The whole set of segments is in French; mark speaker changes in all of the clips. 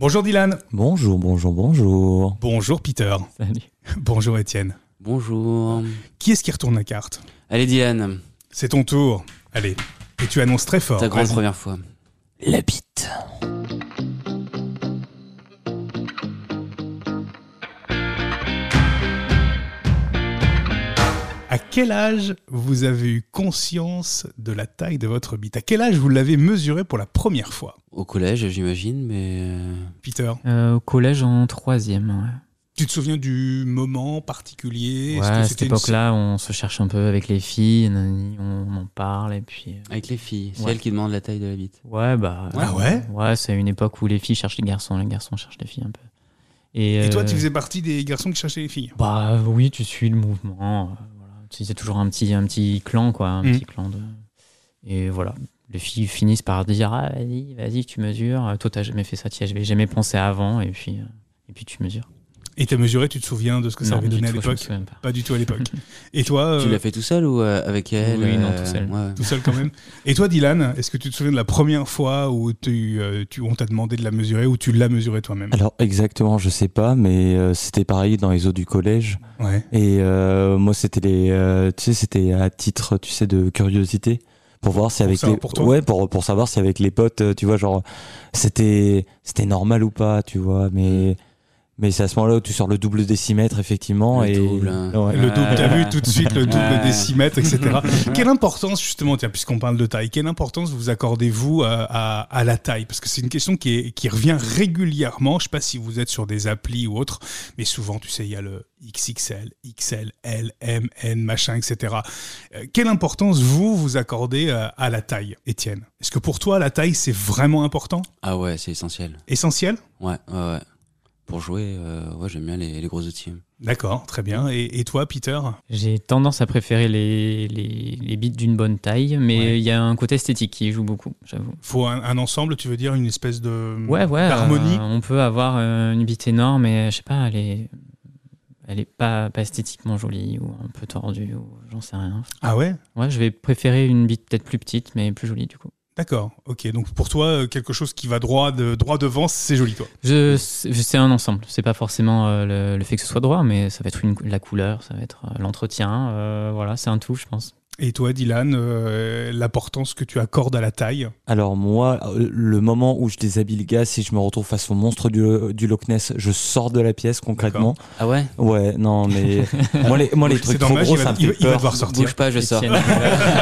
Speaker 1: Bonjour Dylan.
Speaker 2: Bonjour, bonjour, bonjour.
Speaker 1: Bonjour Peter.
Speaker 2: Salut.
Speaker 1: Bonjour Étienne.
Speaker 3: Bonjour.
Speaker 1: Qui est-ce qui retourne la carte
Speaker 3: Ah. Allez Dylan,
Speaker 1: C'est ton tour. Allez. Et tu annonces très fort.
Speaker 3: ta grande
Speaker 1: Vas-y.
Speaker 3: première fois.
Speaker 2: La bite.
Speaker 1: À quel âge vous avez eu conscience de la taille de votre bite À quel âge vous l'avez mesurée pour la première fois
Speaker 3: Au collège, j'imagine, mais euh,
Speaker 1: Peter,
Speaker 4: Euh, au collège en troisième.
Speaker 1: tu te souviens du moment particulier
Speaker 4: Ouais,
Speaker 1: Est-ce
Speaker 4: Ouais,
Speaker 1: que
Speaker 4: à cette
Speaker 1: c'était une-
Speaker 4: époque-là, on se cherche un peu avec les filles, nanani, on en parle et puis. euh,
Speaker 3: avec les filles, c'est
Speaker 4: Ouais.
Speaker 3: elles qui demandent la taille de la bite.
Speaker 4: Ouais, bah.
Speaker 1: Ouais. Ah ouais
Speaker 4: Ouais, c'est une époque où les filles cherchent les garçons, les garçons cherchent les filles un peu.
Speaker 1: Et toi,
Speaker 4: euh,
Speaker 1: tu faisais partie des garçons qui cherchaient les filles.
Speaker 4: Bah oui, tu suis le mouvement. euh, voilà. Tu sais, C'est toujours un petit, un petit clan, quoi. Un
Speaker 1: Mm.
Speaker 4: petit clan de. Et voilà. Les filles finissent par dire Ah, vas-y, vas-y, tu mesures. Toi, t'as jamais fait ça, tu avais jamais pensé avant. Et puis, euh, et puis tu mesures.
Speaker 1: Et t'as mesuré, tu te souviens de ce que ça
Speaker 4: Non,
Speaker 1: avait
Speaker 4: du
Speaker 1: donné à
Speaker 4: tout, je me
Speaker 1: l'époque
Speaker 4: souviens pas.
Speaker 1: Pas du tout à l'époque. Et toi, euh,
Speaker 3: Tu l'as fait tout seul ou euh, avec elle
Speaker 4: Oui, non, tout seul.
Speaker 3: ouais, ouais.
Speaker 1: tout seul quand même. Et toi, Dylan, est-ce que tu te souviens de la première fois où tu, euh, tu- on t'a demandé de la mesurer ou tu l'as mesurée toi-même
Speaker 2: Alors exactement, je sais pas, mais euh, c'était pareil dans les eaux du collège.
Speaker 1: Ouais.
Speaker 2: Et euh, moi, c'était les, euh, tu sais, c'était à titre, tu sais, de curiosité pour voir si avec
Speaker 1: savoir
Speaker 2: les,
Speaker 1: pour toi.
Speaker 2: ouais, pour pour savoir si avec les potes, euh, tu vois, genre, c'était c'était normal ou pas, tu vois,
Speaker 3: Mm.
Speaker 2: mais mais c'est à ce moment-là où tu sors le double décimètre effectivement
Speaker 3: Le
Speaker 2: et
Speaker 3: double, hein.
Speaker 2: Ouais.
Speaker 1: Le double, t'as vu tout de suite le double
Speaker 3: Ouais.
Speaker 1: décimètre, etc. quelle importance, justement, tiens, puisqu'on parle de taille, quelle importance vous accordez-vous à, à- à la taille Parce que c'est une question qui, est- qui revient régulièrement. Je sais pas si vous êtes sur des applis ou autres, mais souvent, tu sais, il y a le XXL, XL, L, M, N, machin, etc. Euh, quelle importance vous, vous accordez euh, à la taille, Étienne Est-ce que pour toi, la taille, c'est vraiment important
Speaker 3: Ah ouais, c'est essentiel.
Speaker 1: Essentiel
Speaker 3: Ouais, ouais, ouais. Pour jouer, euh, ouais, j'aime bien les, les gros outils.
Speaker 1: D'accord, très bien. Et, et toi, Peter
Speaker 4: J'ai tendance à préférer les, les, les bits d'une bonne taille, mais il
Speaker 1: Ouais.
Speaker 4: y a un côté esthétique qui y joue beaucoup, j'avoue.
Speaker 1: Faut un, un ensemble, tu veux dire, une espèce de
Speaker 4: Ouais, ouais.
Speaker 1: d'harmonie
Speaker 4: euh, on peut avoir euh, une bite énorme, mais je sais pas, elle est, elle est pas, pas esthétiquement jolie ou un peu tordue, ou j'en sais rien.
Speaker 1: Ah ouais
Speaker 4: Ouais, je vais préférer une bite peut-être plus petite, mais plus jolie du coup.
Speaker 1: D'accord, ok. Donc pour toi, euh, quelque chose qui va droit, de, droit devant, c'est joli, toi.
Speaker 4: Je, c'est c'est un ensemble. C'est pas forcément euh, le, le fait que ce soit droit, mais ça va être une, la couleur, ça va être euh, l'entretien. euh, voilà, c'est un tout, je pense.
Speaker 1: Et toi, Dylan, euh, l'importance que tu accordes à la taille
Speaker 2: Alors moi, euh, le moment où je déshabille le gars, si je me retrouve face au monstre du, du Loch Ness, je sors de la pièce concrètement.
Speaker 3: Ah ouais
Speaker 2: Ouais, non, mais moi les, moi, les
Speaker 1: C'est
Speaker 2: trucs trop
Speaker 1: dommage,
Speaker 2: gros,
Speaker 1: il va,
Speaker 2: ça me
Speaker 1: il va-
Speaker 2: fait
Speaker 1: il va
Speaker 2: peur.
Speaker 1: devoir sortir.
Speaker 3: Bouge pas, je sors.
Speaker 4: Étienne,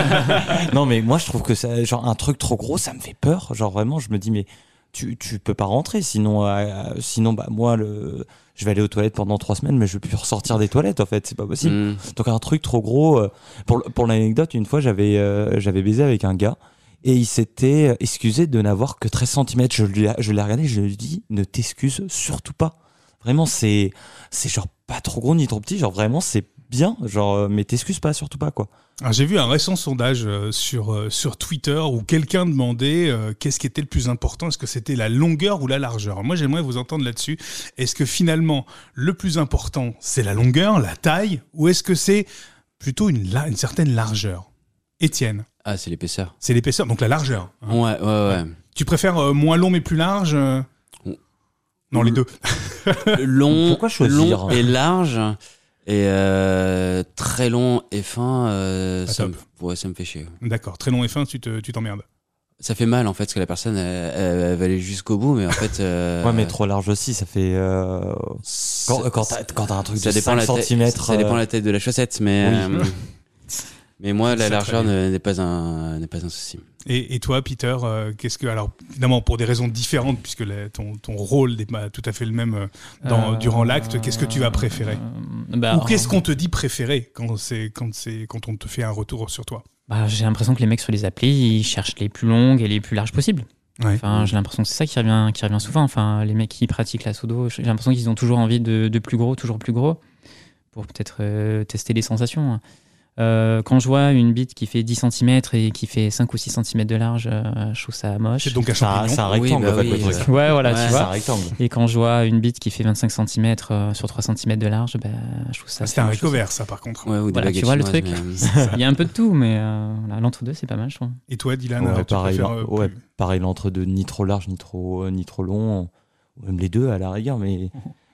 Speaker 2: Non, mais moi je trouve que ça, genre un truc trop gros, ça me fait peur. Genre vraiment, je me dis mais tu, tu peux pas rentrer, sinon euh, sinon bah moi le, je vais aller aux toilettes pendant trois semaines, mais je vais plus ressortir des toilettes en fait, c'est pas possible.
Speaker 3: Mm.
Speaker 2: Donc un truc trop gros. euh, Pour, l- pour l'anecdote, une fois j'avais euh, j'avais baisé avec un gars et il s'était euh, excusé de n'avoir que 13 cm. Je lui ai- je l'ai regardé, je lui ai dit ne t'excuse surtout pas. Vraiment c'est c'est genre pas trop gros ni trop petit, genre vraiment c'est bien, genre euh, mais t'excuses pas surtout pas quoi.
Speaker 1: Alors, Ah, J'ai vu un récent sondage euh, sur, euh, sur Twitter où quelqu'un demandait euh, qu'est-ce qui était le plus important, est-ce que c'était la longueur ou la largeur Moi j'aimerais vous entendre là-dessus. Est-ce que finalement le plus important c'est la longueur, la taille, ou est-ce que c'est plutôt une, la- une certaine largeur Étienne,
Speaker 3: Ah, c'est l'épaisseur.
Speaker 1: c'est l'épaisseur, donc la largeur. hein.
Speaker 3: Ouais, ouais, ouais.
Speaker 1: Tu préfères euh, moins long mais plus large euh
Speaker 3: Ou-
Speaker 1: Non, les deux.
Speaker 3: long,
Speaker 2: Pourquoi choisir
Speaker 3: long et large et euh, très long et fin, euh,
Speaker 1: Pas
Speaker 3: ça, me,
Speaker 1: top.
Speaker 3: ouais, ça me fait chier.
Speaker 1: D'accord, très long et fin, tu te- tu t'emmerdes.
Speaker 3: Ça fait mal en fait, parce que la personne elle, elle- elle va aller jusqu'au bout, mais en fait. euh,
Speaker 2: Ouais, mais trop large aussi, ça fait. euh,
Speaker 3: ça-
Speaker 2: Quand, quand t'as quand t'as un truc
Speaker 3: ça
Speaker 2: de
Speaker 3: dépend
Speaker 2: 5
Speaker 3: la taille-
Speaker 2: cm.
Speaker 3: Ça dépend la taille de la chaussette, mais.
Speaker 2: Oui.
Speaker 3: euh, mais moi,
Speaker 1: Ça,
Speaker 3: la
Speaker 1: très
Speaker 3: largeur
Speaker 1: bien.
Speaker 3: ne- n'est pas un n'est pas un souci.
Speaker 1: Et, et toi, Peter, euh, qu'est-ce que. Alors, évidemment, pour des raisons différentes, puisque la- ton, ton rôle n'est pas tout à fait le même euh, dans,
Speaker 4: Euh,
Speaker 1: durant l'acte, qu'est-ce que tu vas préférer
Speaker 4: euh, bah,
Speaker 1: Ou qu'est-ce qu'on te dit préférer quand, c'est- quand, c'est- quand on te fait un retour sur toi
Speaker 4: Bah, j'ai l'impression que les mecs sur les applis, ils cherchent les plus longues et les plus larges possibles.
Speaker 1: Ouais.
Speaker 4: Enfin, j'ai l'impression que c'est ça qui revient, qui revient souvent. Enfin, les mecs qui pratiquent la pseudo, j'ai l'impression qu'ils ont toujours envie de, de plus gros, toujours plus gros, pour peut-être euh, tester les sensations. Euh, quand je vois une bite qui fait 10 cm et qui fait 5 ou 6 cm de large, euh, je trouve ça moche.
Speaker 1: C'est donc un
Speaker 2: Ça,
Speaker 1: champignon.
Speaker 2: c'est un
Speaker 3: Oui,
Speaker 2: rectangle,
Speaker 3: bah
Speaker 2: en fait,
Speaker 3: oui,
Speaker 2: le truc.
Speaker 3: euh,
Speaker 4: Ouais, voilà,
Speaker 3: Ouais.
Speaker 4: tu
Speaker 2: C'est un
Speaker 4: vois.
Speaker 2: rectangle.
Speaker 4: Et quand je vois une bite qui fait 25 cm sur 3 cm de large, bah, je trouve ça.
Speaker 1: Ah, C'était un
Speaker 4: je trouve ça-
Speaker 1: recover, ça, par contre.
Speaker 3: Ouais, ou des
Speaker 4: Voilà,
Speaker 3: baguettes
Speaker 4: tu vois le
Speaker 3: chinoises,
Speaker 4: truc
Speaker 3: mais, euh,
Speaker 4: Il y a un peu de tout, mais euh, voilà, l'entre-deux, c'est pas mal, je trouve.
Speaker 1: Et toi, Dylan,
Speaker 2: Ouais,
Speaker 1: alors, Ah tu
Speaker 2: pareil,
Speaker 1: préfères,
Speaker 2: l'en-
Speaker 1: euh,
Speaker 2: ouais,
Speaker 1: plus-
Speaker 2: pareil, l'entre-deux, ni euh, trop large, ni trop, ni trop long. ou même les deux à la rigueur, mais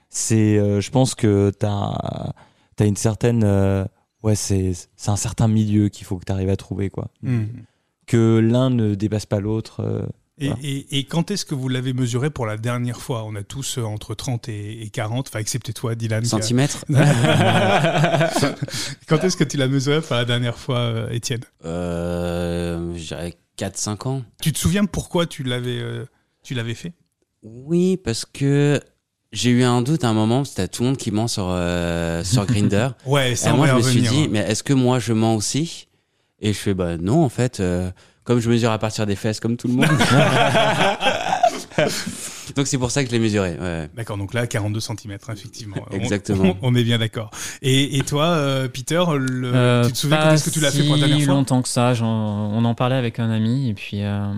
Speaker 2: c'est, euh, je pense que t'as, t'as une certaine, euh, ouais, c'est, c'est un certain milieu qu'il faut que t'arrives à trouver, quoi.
Speaker 1: Mm.
Speaker 2: Que l'un ne dépasse pas l'autre. euh,
Speaker 1: Et,
Speaker 2: Voilà.
Speaker 1: et- et quand est-ce que vous l'avez mesuré pour la dernière fois On a tous euh, entre 30 et, et 40, enfin excepté toi, Dylan. qui a-
Speaker 3: Centimètres
Speaker 1: quand est-ce que tu l'as mesuré pour la dernière fois, euh, Étienne
Speaker 3: euh, Je dirais 4-5 ans.
Speaker 1: Tu te souviens pourquoi tu l'avais euh, tu l'avais fait
Speaker 3: Oui, parce que j'ai eu un doute à un moment, parce que t'as tout le monde qui ment sur, euh, sur Grinder.
Speaker 1: Ouais,
Speaker 3: Et
Speaker 1: ça on
Speaker 3: Eh, moi,
Speaker 1: va
Speaker 3: je
Speaker 1: y
Speaker 3: me suis
Speaker 1: revenir. hein.
Speaker 3: dit, mais est-ce que moi, je mens aussi Et je fais, bah non, en fait, euh, comme je mesure à partir des fesses, comme tout le monde. Donc, c'est pour ça que je l'ai mesuré. ouais.
Speaker 1: D'accord, donc là, 42 cm, effectivement. On-
Speaker 3: Exactement.
Speaker 1: On, on est bien d'accord. Et, et toi, euh, Peter, le-
Speaker 4: Euh,
Speaker 1: tu te souviens
Speaker 4: pas
Speaker 1: quand est-ce que tu l'as fait pour la
Speaker 4: si
Speaker 1: dernière fois
Speaker 4: longtemps que ça. j'en- on en parlait avec un ami et puis euh,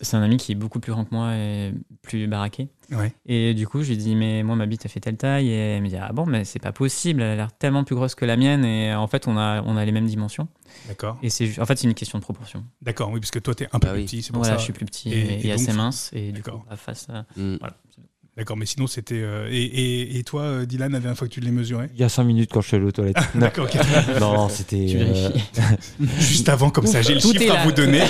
Speaker 4: c'est un ami qui est beaucoup plus grand que moi et plus baraqué.
Speaker 1: Ouais.
Speaker 4: Et du coup, je lui dis mais moi ma bite a fait telle taille et elle me dit ah bon mais c'est pas possible. Elle a l'air tellement plus grosse que la mienne et en fait on a on a les mêmes dimensions.
Speaker 1: D'accord.
Speaker 4: Et c'est ju- en fait c'est une question de proportion.
Speaker 1: D'accord, oui, parce que toi, t'es un peu
Speaker 3: Bah
Speaker 1: plus
Speaker 3: oui.
Speaker 1: petit, c'est pour
Speaker 4: Voilà,
Speaker 1: ça.
Speaker 4: je suis plus petit
Speaker 1: Et-
Speaker 4: et,
Speaker 1: et
Speaker 4: et assez
Speaker 1: donc-
Speaker 4: mince et du
Speaker 1: D'accord.
Speaker 4: coup bah, face à
Speaker 3: Mm.
Speaker 4: voilà. c'est-
Speaker 1: D'accord, mais sinon, c'était. euh, et, et, et toi, euh, Dylan, la dernière fois que tu l'as mesuré
Speaker 2: Il y a cinq minutes quand je suis allé aux toilettes. non,
Speaker 1: D'accord, ok.
Speaker 2: non, c'était.
Speaker 4: Tu
Speaker 2: euh,
Speaker 4: vérifies.
Speaker 1: Juste avant, comme ça, j'ai le
Speaker 4: Tout est
Speaker 1: chiffre à
Speaker 4: là,
Speaker 1: vous
Speaker 4: tout est
Speaker 1: donner.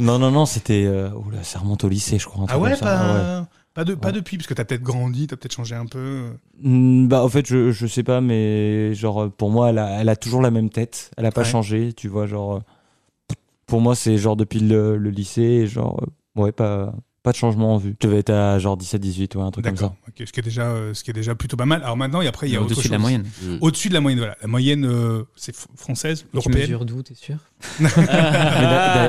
Speaker 2: non, non, non, c'était. euh, oula, ça remonte au lycée, je crois. un
Speaker 1: Ah
Speaker 2: truc
Speaker 1: ouais,
Speaker 2: comme ça. Ah ouais.
Speaker 1: pas, Pas, de, pas
Speaker 2: Ouais.
Speaker 1: depuis, parce que t'as peut-être grandi, t'as peut-être changé un peu.
Speaker 2: Hmm, Bah, en fait, je, je sais pas, mais genre, euh, pour moi, elle a, elle a toujours la même tête. Elle a pas
Speaker 1: Ouais.
Speaker 2: changé, tu vois. Genre, euh, pour moi, c'est genre depuis le, le lycée, et genre, euh, ouais, pas, pas de changement en vue. Je devais être à genre 17-18, ouais, un truc comme ça.
Speaker 1: D'accord, ok, ce, qui est déjà, euh, ce qui est déjà plutôt pas mal. Alors maintenant, et après, il y a autre
Speaker 4: Au-dessus
Speaker 1: chose.
Speaker 4: de la moyenne.
Speaker 3: Mm.
Speaker 1: Au-dessus de la moyenne, voilà. La moyenne, euh, c'est fr- française,
Speaker 4: Tu
Speaker 1: européenne.
Speaker 4: mesures d'où, t'es sûr
Speaker 2: Mais d'a-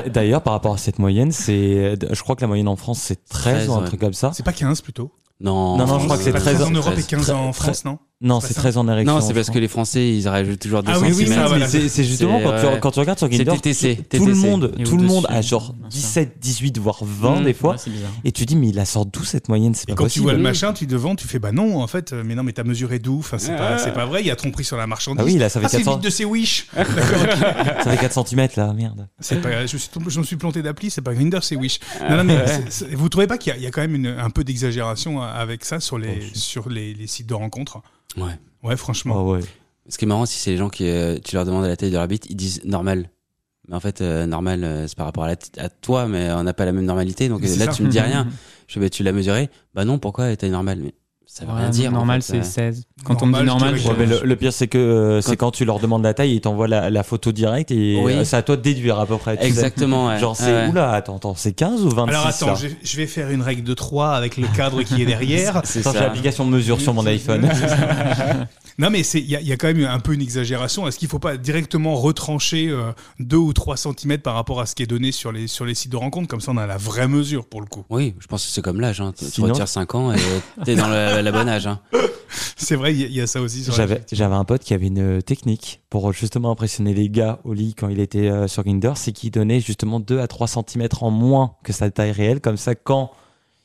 Speaker 2: d'a- D'ailleurs, par rapport à cette moyenne, c'est, je crois que la moyenne en France, c'est 13,
Speaker 3: 13,
Speaker 2: ou un
Speaker 3: ouais.
Speaker 2: truc comme ça.
Speaker 1: C'est pas 15 plutôt
Speaker 3: Non,
Speaker 2: Non, non, je crois que c'est
Speaker 1: Pas
Speaker 2: 13
Speaker 1: en Europe et 15
Speaker 2: 13,
Speaker 1: en France, non
Speaker 2: Non,
Speaker 1: c'est
Speaker 2: c'est
Speaker 1: pas
Speaker 2: 13 en érection.
Speaker 3: Non, c'est parce
Speaker 2: je
Speaker 3: que les Français, ils rajoutent toujours 2
Speaker 1: Ah oui, oui, ça,
Speaker 2: Mais c'est-
Speaker 3: centimètres.
Speaker 1: voilà.
Speaker 2: c'est, c'est justement
Speaker 3: C'est-
Speaker 2: quand, tu,
Speaker 3: ouais.
Speaker 2: quand tu regardes sur
Speaker 3: C'est
Speaker 2: Grindr,
Speaker 3: TTC.
Speaker 2: tout le
Speaker 3: TTC.
Speaker 2: monde,
Speaker 4: Et
Speaker 2: tout le monde
Speaker 4: au-dessus,
Speaker 2: a genre
Speaker 4: bien sûr.
Speaker 2: 17, 18, voire 20
Speaker 3: Mmh.
Speaker 2: des
Speaker 4: Mm,
Speaker 2: fois.
Speaker 4: ouais, c'est bizarre.
Speaker 2: Et tu dis, mais il la sort d'où cette moyenne C'est
Speaker 1: Et
Speaker 2: pas
Speaker 1: quand tu vois
Speaker 2: possible.
Speaker 1: le machin, tu devant, tu fais bah non, en fait, euh, mais non, mais t'as mesuré d'où Enfin, c'est pas, c'est pas vrai, il y a tromperie sur la marchandise.
Speaker 2: Ah oui, là, ça fait
Speaker 1: Ah, c'est
Speaker 2: 400
Speaker 1: vite de ses wish
Speaker 2: ça fait 4 cm là, merde.
Speaker 1: C'est pas, je, me suis tombé- je me suis planté d'appli, c'est pas Grinder, c'est Wish. Non, non, mais c'est- c'est- vous trouvez pas qu'il y, a- il y a quand même une- un peu d'exagération euh, avec ça sur les,
Speaker 2: Oh, si.
Speaker 1: sur les, les sites de rencontres
Speaker 3: Ouais.
Speaker 1: Ouais, franchement.
Speaker 2: Oh, ouais.
Speaker 3: Ce qui est marrant, si c'est les gens qui, euh, tu leur demandes à la taille de leur bite, ils disent normal. Mais en fait, euh, normal, euh, c'est par rapport à, la t- à toi, mais on n'a pas la même normalité. Donc
Speaker 1: Mais
Speaker 3: euh,
Speaker 1: c'est ça.
Speaker 3: là, tu me dis
Speaker 4: Mhm.
Speaker 3: rien. Je fais, bah, tu l'as mesuré Bah non, pourquoi elle taille normale Mais ça veut
Speaker 4: Ouais,
Speaker 3: rien dire. en
Speaker 4: Normal,
Speaker 3: fait,
Speaker 4: c'est
Speaker 3: euh.
Speaker 4: 16. Quand on me dit
Speaker 1: Normal,
Speaker 4: normal,
Speaker 1: je
Speaker 4: je-
Speaker 1: dirais
Speaker 2: Ouais, mais le, le pire, c'est que euh, c'est quand tu leur demandes la taille, ils t'envoient la, la photo directe et
Speaker 3: Oui.
Speaker 2: euh, c'est à toi de déduire à peu près. tu sais.
Speaker 3: Exactement. ouais.
Speaker 2: Genre, c'est
Speaker 3: Ouais.
Speaker 2: oula, attends, attends, c'est 15 ou 26
Speaker 1: Alors attends,
Speaker 2: là
Speaker 1: je, je vais faire une règle de 3 avec le cadre qui est derrière.
Speaker 3: C'est
Speaker 2: Attends, j'ai
Speaker 3: ça.
Speaker 2: l'application mesure sur mon iPhone.
Speaker 1: non, mais c'est- il y, a- il y a quand même un peu une exagération. Est-ce qu'il ne faut pas directement retrancher 2 ou 3 cm par rapport à ce qui est donné sur les, sur les sites de rencontre Comme ça, on a la vraie mesure pour le coup.
Speaker 3: Oui, je pense que c'est comme l'âge. Hein. Tu- Tu
Speaker 2: Sinon-
Speaker 3: retires 5 ans et t'es dans le, la bonne âge. Hein.
Speaker 1: C'est vrai, il y a- il y, a ça aussi. sur la-
Speaker 2: J'avais j'avais un pote qui avait une euh, technique pour justement impressionner les gars au lit quand il était euh, sur Grinder, c'est qu'il donnait justement 2 à 3 cm en moins que sa taille réelle. Comme ça, quand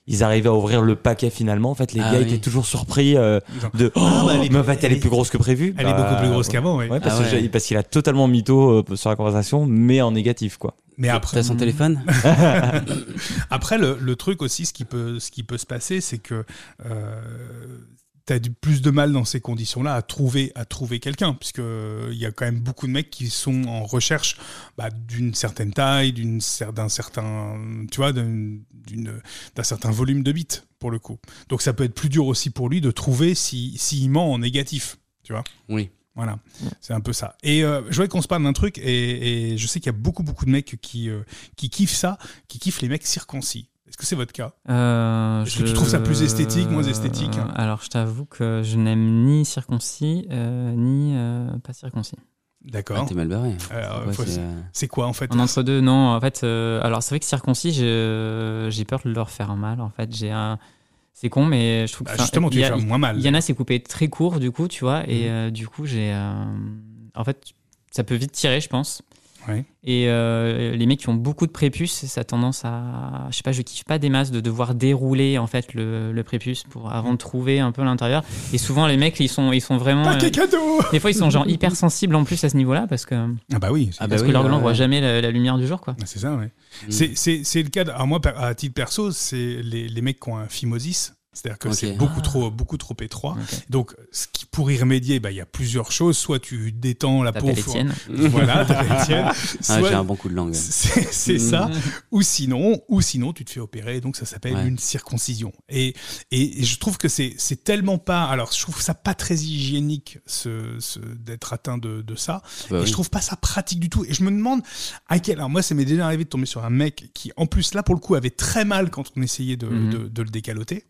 Speaker 2: ils arrivaient à ouvrir le paquet finalement, en fait, les
Speaker 3: Ah
Speaker 2: gars
Speaker 3: oui.
Speaker 2: étaient toujours surpris euh,
Speaker 1: Genre,
Speaker 2: de
Speaker 1: Ah, bah, elle est-
Speaker 2: mais en fait, elle
Speaker 1: elle
Speaker 2: est plus
Speaker 1: est-
Speaker 2: grosse que prévu.
Speaker 1: Elle est
Speaker 2: Bah,
Speaker 1: beaucoup plus grosse
Speaker 2: ouais.
Speaker 1: qu'avant, oui.
Speaker 2: Ouais, parce
Speaker 3: Ah
Speaker 2: que
Speaker 3: ouais.
Speaker 2: j'ai- parce qu'il a totalement mytho euh, sur la conversation, mais en négatif, quoi.
Speaker 1: Mais après,
Speaker 3: T'as son téléphone
Speaker 1: après le, le truc aussi, ce qui peut, ce qui peut se passer, c'est que tu as du plus de mal dans ces conditions-là à trouver, à trouver quelqu'un, puisque euh, il y a quand même beaucoup de mecs qui sont en recherche bah, d'une certaine taille, d'une cer- d'un certain, tu vois, d'une- d'une- d'un certain volume de bits pour le coup. Donc ça peut être plus dur aussi pour lui de trouver si s'il ment en négatif, tu vois.
Speaker 3: Oui.
Speaker 1: Voilà, c'est un peu ça. Et euh, je voulais qu'on se parle d'un truc, et, et je sais qu'il y a beaucoup, beaucoup de mecs qui, euh, qui kiffent ça, qui kiffent les mecs circoncis. Est-ce que c'est votre cas
Speaker 4: Euh,
Speaker 1: Est-ce que tu trouves ça plus esthétique, moins esthétique
Speaker 4: Euh, Alors, je t'avoue que je n'aime ni circoncis, euh, ni euh, pas circoncis.
Speaker 3: Ah,
Speaker 1: D'accord.
Speaker 3: T'es mal barré.
Speaker 4: Ah,
Speaker 1: Alors,
Speaker 3: Ouais,
Speaker 1: faut-
Speaker 3: c'est, euh,
Speaker 1: c'est quoi en fait
Speaker 4: En entre deux, non. En fait, euh, alors c'est vrai que circoncis, j'ai j'ai peur de leur faire mal. En fait, j'ai un. C'est con, mais je trouve que.
Speaker 1: Bah,
Speaker 4: enfin,
Speaker 1: Justement, tu
Speaker 4: il y
Speaker 1: vas
Speaker 4: a-
Speaker 1: faire moins mal.
Speaker 4: Il y en a, c'est coupé très
Speaker 3: Mm.
Speaker 4: court, du coup, tu vois. Et euh, du coup, j'ai. euh, en fait, ça peut vite tirer, je pense.
Speaker 1: Ouais.
Speaker 4: Et euh, les mecs qui ont beaucoup de prépuce, ça a tendance à. Je sais pas, je kiffe pas des masses de devoir dérouler en fait le, le prépuce pour, avant de
Speaker 3: Mm.
Speaker 4: trouver un peu l'intérieur. Et souvent, les mecs, ils sont, ils sont vraiment.
Speaker 1: Paquet
Speaker 4: euh,
Speaker 1: cadeau
Speaker 4: des fois, ils sont genre hypersensibles en plus à ce niveau-là parce que,
Speaker 1: Ah bah oui, c'est
Speaker 3: Ah bah
Speaker 4: parce
Speaker 3: oui,
Speaker 4: que leur
Speaker 3: ouais.
Speaker 4: gland voit jamais la, la lumière du jour, quoi.
Speaker 1: Ah, c'est ça, ouais. C'est- C'est c'est le cas. de- Alors moi, per- à titre perso, c'est les, les mecs qui ont un phimosis. C'est-à-dire que
Speaker 3: Ok.
Speaker 1: c'est beaucoup trop, beaucoup trop
Speaker 3: Oh.
Speaker 1: étroit.
Speaker 4: Ok.
Speaker 3: Ah,
Speaker 1: Donc, ce qui, pour y remédier, bah, il y a plusieurs choses. Soit tu détends la peau.
Speaker 4: T'appelles
Speaker 3: hein.
Speaker 1: faut-
Speaker 4: Étienne.
Speaker 1: Voilà, t'appelles Étienne.
Speaker 3: Ah, J'ai un
Speaker 1: Soit-
Speaker 3: bon coup de langue. Mm.
Speaker 1: c'est c'est ça. ou sinon, ou sinon tu te fais opérer, donc ça s'appelle
Speaker 3: Ouais.
Speaker 1: une circoncision. Et, et, et je trouve que c'est c'est tellement pas, alors je trouve ça pas très hygiénique ce, ce- d'être atteint de, de ça,
Speaker 3: Bah
Speaker 1: et
Speaker 3: oui.
Speaker 1: je trouve pas ça pratique du tout. Et je me demande à quel, alors moi ça m'est déjà arrivé de tomber sur un mec qui en plus là pour le coup avait très mal quand on essayait de,
Speaker 4: Mhm.
Speaker 1: de, de le décaloter.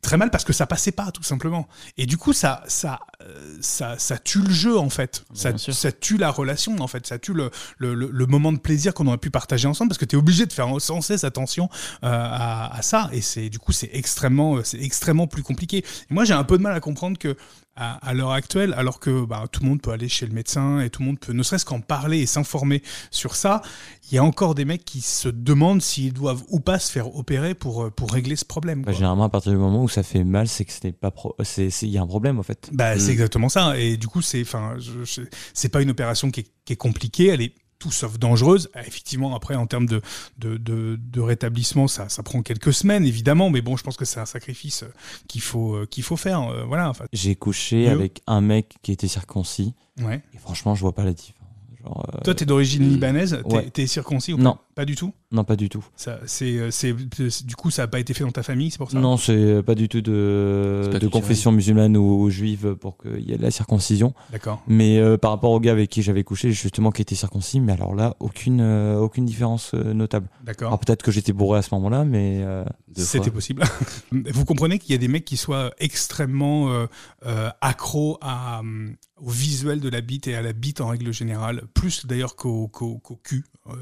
Speaker 1: Très mal parce que ça passait pas tout simplement. Et du coup ça ça euh, ça, ça tue le jeu en fait.
Speaker 4: bah,
Speaker 1: Ça,
Speaker 4: bien sûr.
Speaker 1: ça tue la relation en fait. Ça tue le, le, le- le moment de plaisir qu'on aurait pu partager ensemble parce que tu es obligé de faire sans cesse attention euh, à, à ça et c'est du coup c'est extrêmement euh, c'est extrêmement plus compliqué. Et moi j'ai un peu de mal à comprendre que à, à l'heure actuelle, alors que bah, tout le monde peut aller chez le médecin et tout le monde peut ne serait-ce qu'en parler et s'informer sur ça, il y a encore des mecs qui se demandent s'ils doivent ou pas se faire opérer pour euh, pour régler ce problème.
Speaker 2: Bah,
Speaker 1: quoi.
Speaker 2: généralement, à partir du moment où ça fait mal, c'est que ce n'est pas pro- c'est c'est- il y a un problème en fait.
Speaker 1: Bah,
Speaker 3: Mm.
Speaker 1: c'est exactement ça. Et du coup, c'est, enfin, je- je- c'est pas une opération qui est, qui est compliquée. Elle est tout sauf dangereuse. Ah, Effectivement, après, en termes de, de, de, de rétablissement, ça, ça prend quelques semaines, évidemment. Mais bon, je pense que c'est un sacrifice euh, qu'il faut, euh, qu'il faut faire. euh, voilà. Enfin,
Speaker 2: J'ai couché
Speaker 1: Yo.
Speaker 2: avec un mec qui était circoncis
Speaker 1: ouais.
Speaker 2: et franchement, je vois pas la différence. Genre, euh,
Speaker 1: Toi, t'es d'origine
Speaker 3: euh,
Speaker 1: libanaise. T'es,
Speaker 2: ouais.
Speaker 1: t'es circoncis ou pas
Speaker 2: non,
Speaker 1: Pas du tout.
Speaker 2: non, pas du tout.
Speaker 1: Ça, c'est, euh, c'est, c'est- du coup, ça n'a pas été fait dans ta famille, c'est pour ça.
Speaker 2: Non, c'est pas du tout de,
Speaker 3: C'est
Speaker 2: de
Speaker 3: pas culturel.
Speaker 2: confession musulmane ou, ou juive pour qu'il y ait de la circoncision.
Speaker 1: D'accord.
Speaker 2: Mais euh, par rapport au gars avec qui j'avais couché, justement, qui était circoncis, mais alors là, aucune, euh, aucune différence euh, notable.
Speaker 1: D'accord.
Speaker 2: Alors peut-être que j'étais bourré à ce moment-là, mais euh,
Speaker 3: Deux
Speaker 1: C'était
Speaker 3: fois.
Speaker 1: possible. Vous comprenez qu'il y a des mecs qui soient extrêmement euh, euh, accros à, hum, au visuel de la bite et à la bite en règle générale, plus d'ailleurs qu'au qu'au- qu'au cul. Euh,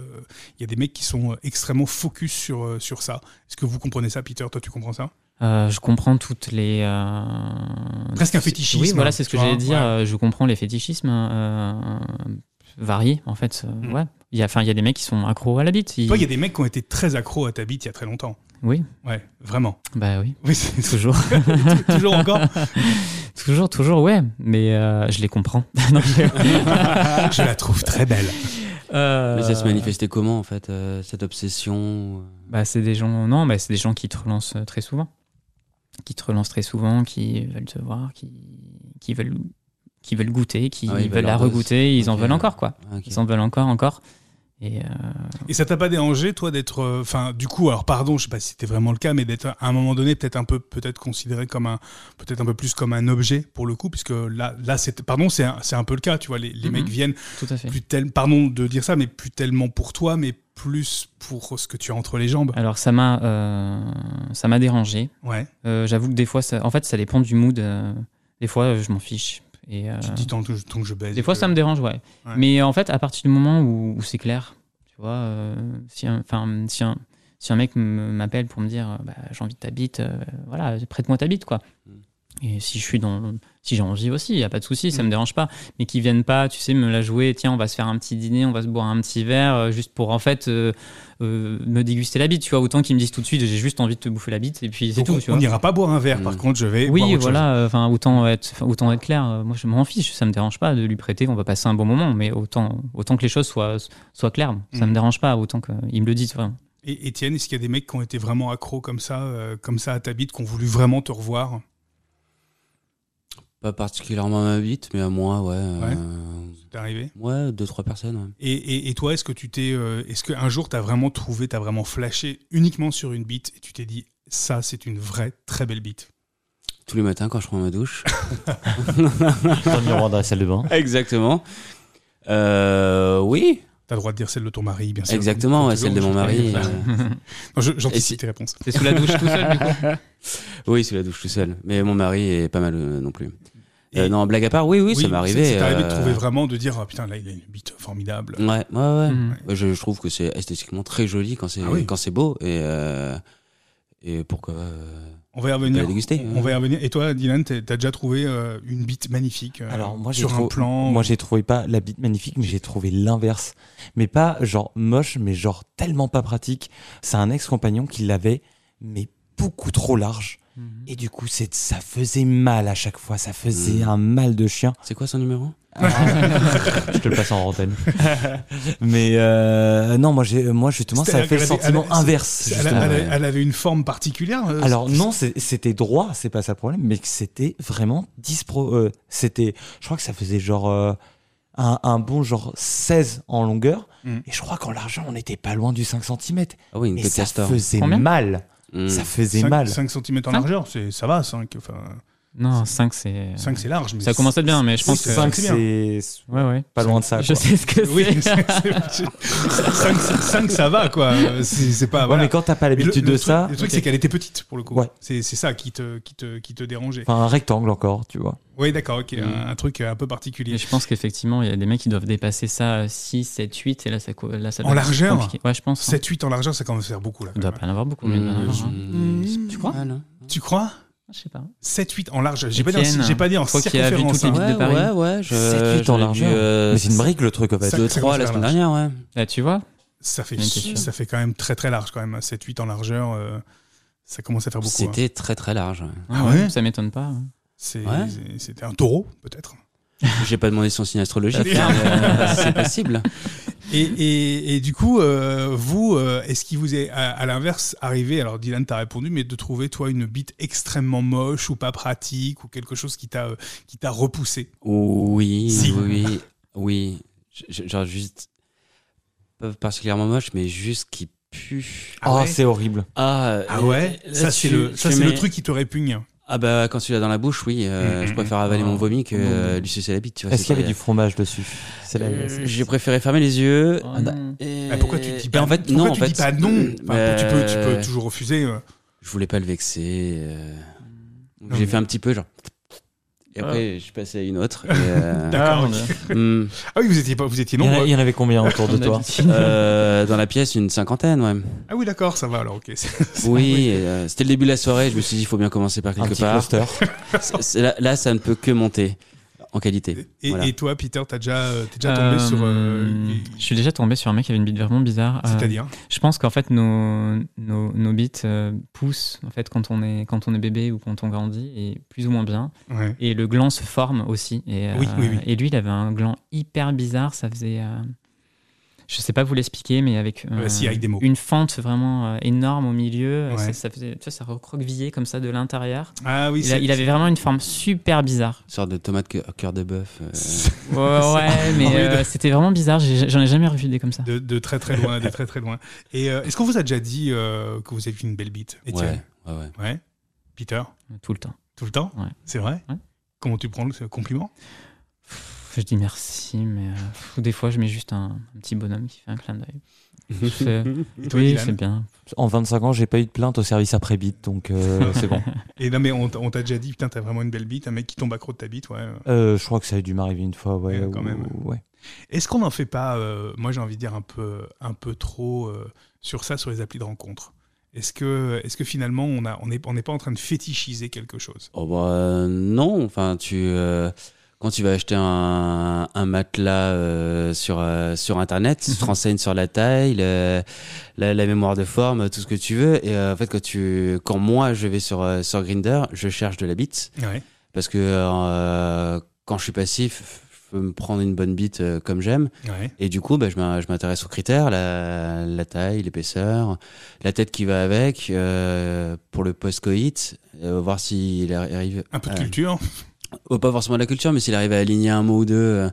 Speaker 1: Il y a des mecs qui sont euh, extrêmement focus sur, euh, sur ça. Est-ce que vous comprenez ça, Peter Toi, tu comprends ça
Speaker 4: Euh, je comprends toutes les. euh,
Speaker 1: Presque un
Speaker 4: c'est-
Speaker 1: fétichisme,
Speaker 4: Oui, voilà, c'est ce
Speaker 1: tu
Speaker 4: que
Speaker 1: vois,
Speaker 4: j'allais dire.
Speaker 1: ouais.
Speaker 4: euh, Je comprends les fétichismes euh, variés, en fait. euh,
Speaker 1: Mm.
Speaker 4: Ouais. Il y a, enfin, il y a des mecs qui sont accros à la bite. ils-
Speaker 1: Toi, il y a des mecs qui ont été très accros à ta bite il y a très longtemps.
Speaker 4: Oui,
Speaker 1: Ouais, vraiment.
Speaker 4: bah oui,
Speaker 1: Oui, c'est-
Speaker 4: toujours,
Speaker 1: toujours encore.
Speaker 4: toujours, toujours, ouais. Mais euh, je les comprends. Non, je-
Speaker 1: Je la trouve très belle.
Speaker 4: Euh,
Speaker 3: Mais ça se manifestait comment en fait, euh, cette obsession
Speaker 4: Bah, c'est des gens, non, bah, c'est des gens qui te relancent euh, très souvent, qui te relancent très souvent, qui veulent te voir, qui, qui veulent, qui veulent goûter, qui
Speaker 3: Ah oui, ils veulent
Speaker 4: veulent la
Speaker 3: leur dose.
Speaker 4: regoûter, ils en
Speaker 3: Ok.
Speaker 4: veulent encore, quoi.
Speaker 3: Ah, ok.
Speaker 4: Ils en veulent encore, encore. Et euh,
Speaker 1: Et ça t'a pas dérangé, toi, d'être, euh, enfin, du coup, alors pardon, je sais pas si c'était vraiment le cas, mais d'être à un moment donné peut-être un peu, peut-être considéré comme un, peut-être un peu plus comme un objet pour le coup, puisque là, là, c'est, pardon, c'est un, c'est un peu le cas, tu vois, les, les
Speaker 4: Mhm.
Speaker 1: mecs viennent
Speaker 4: tout à fait.
Speaker 1: plus tel, pardon de dire ça, mais plus tellement pour toi, mais plus pour ce que tu as entre les jambes.
Speaker 4: Alors ça m'a, euh, ça m'a dérangé.
Speaker 1: Ouais.
Speaker 4: Euh, j'avoue que des fois, ça, en fait, ça dépend du mood. euh, des fois, euh, je m'en fiche. Et euh,
Speaker 1: Tu te dis tant que, je- tant que je baise. euh,
Speaker 4: des fois,
Speaker 1: je-
Speaker 4: ça me dérange, ouais.
Speaker 1: Ouais.
Speaker 4: Mais euh, en fait, à partir du moment où, où c'est clair, tu vois, euh, si un, enfin, si un, si un mec me- m'appelle pour me dire, euh, bah, j'ai envie de ta bite, euh, voilà, prête-moi ta bite, quoi.
Speaker 3: Mm.
Speaker 4: Et si je suis dans, si j'ai envie aussi, y a pas de souci, ça
Speaker 1: Mm.
Speaker 4: me dérange pas. Mais qu'ils viennent pas, tu sais, me la jouer. Tiens, on va se faire un petit dîner, on va se boire un petit verre, euh, juste pour en fait euh, euh, me déguster la bite, tu vois. Autant qu'ils me disent tout de suite, j'ai juste envie de te bouffer la bite, et puis c'est
Speaker 1: Donc,
Speaker 4: tout,
Speaker 1: on-
Speaker 4: tu
Speaker 1: On
Speaker 4: vois. Mm.
Speaker 1: n'ira pas boire un verre, par
Speaker 3: Mhm.
Speaker 1: contre, je vais. boire
Speaker 4: Oui,
Speaker 1: autre chose.
Speaker 4: voilà, enfin autant être enfin, autant être clair, euh, moi je m'en fiche, ça me dérange pas de lui prêter, on va passer un bon moment, mais autant autant que les choses soient soient claires, ça
Speaker 1: Mm.
Speaker 4: me dérange pas autant qu'il me le dise vraiment.
Speaker 1: Et Étienne, est-ce qu'il y a des mecs qui ont été vraiment accros comme ça, euh, comme ça à ta bite, qui ont voulu vraiment te revoir
Speaker 3: Pas particulièrement à ma bite, mais à moi, ouais. euh,
Speaker 1: C'est arrivé
Speaker 3: Ouais, deux, trois personnes. ouais.
Speaker 1: Et, et- et toi, est-ce que tu t'es, euh, est-ce qu'un jour t'as vraiment trouvé, t'as vraiment flashé uniquement sur une bite et tu t'es dit ça, c'est une vraie très belle bite.
Speaker 3: Tous les matins quand je prends ma douche.
Speaker 2: dans le miroir dans la salle de bain.
Speaker 3: Exactement. Euh, oui,
Speaker 1: T'as le droit de dire celle de ton mari, bien sûr.
Speaker 3: exactement,
Speaker 1: Comme
Speaker 3: ouais,
Speaker 1: toujours,
Speaker 3: celle de mon
Speaker 1: je-
Speaker 3: mari.
Speaker 1: Enfin,
Speaker 3: euh,
Speaker 1: non, je-
Speaker 3: Et
Speaker 1: J'anticipe
Speaker 3: si-
Speaker 1: tes réponses.
Speaker 4: C'est sous la douche tout seul du coup.
Speaker 3: Oui, sous la douche tout seul. Mais mon mari est pas mal euh, non plus. Euh,
Speaker 1: Et-
Speaker 3: non, blague à part, oui, oui, ça m'est arrivé.
Speaker 1: C'est c'est arrivé de
Speaker 3: euh,
Speaker 1: trouver vraiment, de dire Ah, putain, là, il a une bite formidable.
Speaker 3: Ouais, ouais, ouais.
Speaker 4: Mm.
Speaker 3: Bah, Je, je trouve que c'est esthétiquement très joli quand c'est
Speaker 1: Ah oui.
Speaker 3: quand c'est beau et euh, et pourquoi euh,
Speaker 1: On va y
Speaker 3: On peut
Speaker 1: revenir.
Speaker 3: la déguster.
Speaker 1: On va y revenir. Et toi, Dylan, t'es- t'as déjà trouvé euh, une bite magnifique euh,
Speaker 2: Alors moi j'ai
Speaker 1: sur un
Speaker 2: trou-
Speaker 1: plan.
Speaker 2: moi j'ai trouvé pas la bite magnifique, mais j'ai trouvé l'inverse. Mais pas genre moche, mais genre tellement pas pratique. C'est un ex-compagnon qui l'avait, mais beaucoup trop large.
Speaker 4: Mhm.
Speaker 2: Et du coup, c'est ça faisait mal à chaque fois. Ça faisait
Speaker 1: Mmh.
Speaker 3: Mhm.
Speaker 2: un mal de chien.
Speaker 3: C'est quoi son numéro
Speaker 2: je te le passe en antenne. mais euh, non, moi j'ai, moi justement,
Speaker 1: C'était-
Speaker 2: ça fait le
Speaker 1: elle avait-
Speaker 2: sentiment
Speaker 1: elle avait-
Speaker 2: inverse.
Speaker 1: elle,
Speaker 2: justement.
Speaker 1: a- elle a-
Speaker 3: ouais.
Speaker 1: elle avait une forme particulière. euh,
Speaker 2: Alors non, c'est- c'était droit, c'est pas ça le problème, mais que c'était vraiment dispro. euh, c'était, je crois que ça faisait genre euh, un, un bon genre 16 en longueur,
Speaker 1: Mm.
Speaker 2: et je crois qu'en largeur on n'était pas loin du 5 cm.
Speaker 3: Ah oui, une
Speaker 2: Et
Speaker 3: queue de
Speaker 2: ça
Speaker 3: castor.
Speaker 2: faisait
Speaker 4: Combien
Speaker 2: mal,
Speaker 3: Mm.
Speaker 2: ça faisait
Speaker 1: 5,
Speaker 2: mal.
Speaker 1: cm en
Speaker 4: Cinq
Speaker 1: largeur, c'est ça va, 5. Enfin,
Speaker 4: Non, 5 c'est.
Speaker 1: 5 c'est large. Mais
Speaker 4: Ça commence à être bien, mais je pense que.
Speaker 1: Cinq,
Speaker 2: 5
Speaker 1: c'est bien.
Speaker 2: c'est
Speaker 4: Ouais, ouais.
Speaker 2: pas loin de ça.
Speaker 4: Je
Speaker 2: quoi.
Speaker 4: sais ce que c'est.
Speaker 1: Oui, 5 ça va, quoi. Euh, C'est c'est pas.
Speaker 2: Ouais,
Speaker 1: voilà.
Speaker 2: mais quand t'as pas
Speaker 1: Mais le-
Speaker 2: l'habitude
Speaker 1: le
Speaker 2: de
Speaker 1: truc-
Speaker 2: ça,
Speaker 1: Le truc,
Speaker 4: ok.
Speaker 1: c'est qu'elle était petite, pour le coup.
Speaker 2: Ouais.
Speaker 1: C'est c'est ça qui te, qui te, qui te dérangeait.
Speaker 2: enfin un rectangle encore, tu vois.
Speaker 1: Oui, d'accord, ok.
Speaker 4: Mm.
Speaker 1: Un, un truc euh, un peu particulier.
Speaker 4: Mais je pense qu'effectivement, il y a des mecs qui doivent dépasser ça 6, 7, 8, et là, ça, co- là, ça
Speaker 1: En
Speaker 4: doit être
Speaker 1: largeur
Speaker 4: compliqué. Ouais, je pense. hein.
Speaker 1: 7-8 en largeur, ça commence à faire beaucoup, là.
Speaker 4: Il
Speaker 1: quand
Speaker 4: doit
Speaker 1: même.
Speaker 4: pas en avoir beaucoup, mais il doit en avoir, hein.
Speaker 3: Mm.
Speaker 4: Tu crois
Speaker 3: Ah, non.
Speaker 1: Tu crois
Speaker 4: Je sais pas.
Speaker 1: 7-8 en largeur. J'ai pas, dit en-
Speaker 4: Étienne,
Speaker 1: j'ai pas dit en
Speaker 4: toi qui as vu
Speaker 1: circonférence.
Speaker 4: toutes les
Speaker 1: hein.
Speaker 4: vidéos.
Speaker 3: Ouais,
Speaker 4: de Paris.
Speaker 3: ouais, ouais. je-
Speaker 2: Sept, huit en
Speaker 3: je l'ai vu,
Speaker 2: largeur.
Speaker 3: euh,
Speaker 2: mais c'est une brique le truc en fait.
Speaker 1: Ça-
Speaker 3: deux,
Speaker 1: ça
Speaker 3: trois
Speaker 1: commence
Speaker 3: la
Speaker 1: à faire
Speaker 3: semaine dernière, ouais.
Speaker 4: Là, Bah, tu vois
Speaker 1: Ça fait,
Speaker 4: Même question.
Speaker 1: ça fait quand même très très large, quand même. 7-8 en largeur, euh, ça commence à faire beaucoup. hein.
Speaker 3: C'était très très large. ouais.
Speaker 1: Ah
Speaker 4: Ouais,
Speaker 1: ouais
Speaker 4: Ça m'étonne pas. hein.
Speaker 1: C'est-
Speaker 3: Ouais.
Speaker 1: c'est- C'était un taureau, peut-être.
Speaker 3: J'ai pas demandé son signe astrologique,
Speaker 1: Bien.
Speaker 3: mais, euh, c'est possible.
Speaker 1: Et, et, et du coup, euh, vous, euh, est-ce qu'il vous est à, à l'inverse arrivé, alors Dylan t'a répondu, mais de trouver toi une bite extrêmement moche ou pas pratique ou quelque chose qui t'a euh, qui t'a repoussé
Speaker 3: Oui,
Speaker 1: Si.
Speaker 3: oui, oui, oui. Je- je- Genre juste pas particulièrement moche, mais juste qui pue.
Speaker 1: Ah
Speaker 2: oh,
Speaker 1: ouais
Speaker 2: c'est horrible.
Speaker 3: Ah,
Speaker 1: Ah
Speaker 3: euh,
Speaker 1: ouais
Speaker 3: là,
Speaker 1: Ça, c'est
Speaker 3: tu-
Speaker 1: le, ça,
Speaker 3: tu
Speaker 1: c'est le
Speaker 3: mets-
Speaker 1: truc qui te répugne.
Speaker 3: Ah bah quand tu l'as dans la bouche, oui. euh,
Speaker 1: Mm,
Speaker 3: je
Speaker 1: mm,
Speaker 3: préfère avaler
Speaker 4: mm.
Speaker 3: mon vomi que
Speaker 4: Mm, mm.
Speaker 3: euh, lui sucer la bite. Tu vois,
Speaker 2: Est-ce
Speaker 3: c'est
Speaker 2: qu'il y avait
Speaker 3: pas-
Speaker 2: du fromage dessus C'est la-
Speaker 3: Euh,
Speaker 2: c'est-
Speaker 3: J'ai préféré fermer les yeux.
Speaker 4: Ah bah,
Speaker 3: Et-
Speaker 1: Bah, pourquoi tu dis
Speaker 3: et
Speaker 1: pas,
Speaker 3: en fait,
Speaker 1: pourquoi
Speaker 3: non,
Speaker 1: tu
Speaker 3: en fait,
Speaker 1: dis pas non Enfin, tu, peux, tu peux
Speaker 3: euh,
Speaker 1: toujours refuser. euh.
Speaker 3: Je voulais pas le vexer. euh, donc
Speaker 1: Non,
Speaker 3: J'ai
Speaker 1: mais-
Speaker 3: fait un petit peu genre. Et après, je suis passé à une autre. et, euh,
Speaker 1: D'accord.
Speaker 4: Ah,
Speaker 3: hmm,
Speaker 1: Ah oui, vous étiez, pas- vous étiez
Speaker 2: Il y, en a-
Speaker 1: nombreux.
Speaker 2: il y en avait combien autour de
Speaker 4: on a
Speaker 2: toi
Speaker 4: dit-
Speaker 3: euh, dans la pièce, une cinquantaine, ouais.
Speaker 1: Ah oui, d'accord, ça va alors, ok.
Speaker 3: Oui, euh, c'était le début de la soirée. Je me suis dit, il faut bien commencer par
Speaker 2: Un
Speaker 3: quelque
Speaker 2: petit
Speaker 3: part.
Speaker 2: cluster.
Speaker 3: C'est- c'est- là, là, ça ne peut que monter en qualité.
Speaker 1: Et,
Speaker 3: Voilà.
Speaker 1: et toi, Peter, t'as déjà, euh, t'es déjà tombé
Speaker 4: Euh,
Speaker 1: sur. euh, hein
Speaker 4: Je suis déjà tombé sur un mec qui avait une bite vraiment bizarre. Euh,
Speaker 1: C'est-à-dire
Speaker 4: Je pense qu'en fait, nos, nos, nos bites euh, poussent en fait, quand, on est, quand on est bébé ou quand on grandit, et plus ou moins bien.
Speaker 1: Ouais.
Speaker 4: Et le gland se forme aussi. Et, euh,
Speaker 1: Oui, oui, oui.
Speaker 4: et lui, il avait un gland hyper bizarre. Ça faisait. euh, je sais pas vous l'expliquer, mais avec,
Speaker 1: Euh, si, avec des mots.
Speaker 4: une fente vraiment euh, énorme au milieu.
Speaker 1: Ouais.
Speaker 4: Ça, ça faisait, tu vois, ça recroquevillait comme ça de l'intérieur.
Speaker 1: Ah oui,
Speaker 4: Il, a-
Speaker 1: c'est-
Speaker 4: il avait vraiment une forme super bizarre.
Speaker 3: Une sorte de tomate cœur cœur de bœuf. euh,
Speaker 4: Ouais, ouais, mais
Speaker 1: horrible.
Speaker 4: euh, c'était vraiment bizarre. J'ai- J'en ai jamais refusé comme ça.
Speaker 1: De, de très très loin, de très très loin. Et euh, est-ce qu'on vous a déjà dit euh, que vous êtes une belle bite,
Speaker 3: ouais,
Speaker 1: Étienne
Speaker 3: ouais, ouais.
Speaker 1: ouais. Peter
Speaker 4: Tout le temps.
Speaker 1: Tout le temps
Speaker 4: Ouais.
Speaker 1: C'est vrai
Speaker 4: Ouais.
Speaker 1: Comment tu prends le ce compliment
Speaker 4: Pff, Je dis merci, mais euh, pff, des fois, je mets juste un, un petit bonhomme qui fait un clin d'œil. Je fais,
Speaker 1: Et toi,
Speaker 4: oui,
Speaker 1: Dylan
Speaker 4: c'est bien.
Speaker 2: En 25 ans, j'ai pas eu de plainte au service après bite, donc euh, c'est bon.
Speaker 1: Et non, mais on, t'a- on t'a déjà dit, putain, t'as vraiment une belle bite, un mec qui tombe accro de ta bite, ouais.
Speaker 2: Euh, je crois que ça a dû m'arriver une fois, ouais.
Speaker 1: Ouais, quand
Speaker 2: ou-
Speaker 1: même.
Speaker 2: ouais.
Speaker 1: Est-ce qu'on n'en fait pas, euh, moi j'ai envie de dire un peu, un peu trop euh, sur ça, sur les applis de rencontre Est-ce que, est que finalement on n'est on est- on n'est pas en train de fétichiser quelque chose
Speaker 3: Oh, bah, euh, non, enfin, tu. euh, Quand tu vas acheter un, un matelas euh, sur euh, sur internet, tu te renseignes sur la taille, le- la, la mémoire de forme, tout ce que tu veux. Et euh, en fait, quand tu quand moi je vais sur euh, sur Grinder, je cherche de la bite.
Speaker 1: Ouais.
Speaker 3: parce que euh, quand je suis passif, je peux me prendre une bonne bite euh, comme j'aime.
Speaker 1: ouais.
Speaker 3: Et du coup, bah, je m'in- je m'intéresse aux critères, la, la taille, l'épaisseur, la tête qui va avec, euh, pour le post-coït, euh, voir s'il arri- arrive...
Speaker 1: Un peu de
Speaker 3: à-
Speaker 1: culture.
Speaker 3: oh, pas forcément de la culture, mais s'il arrive à aligner un mot ou deux, euh,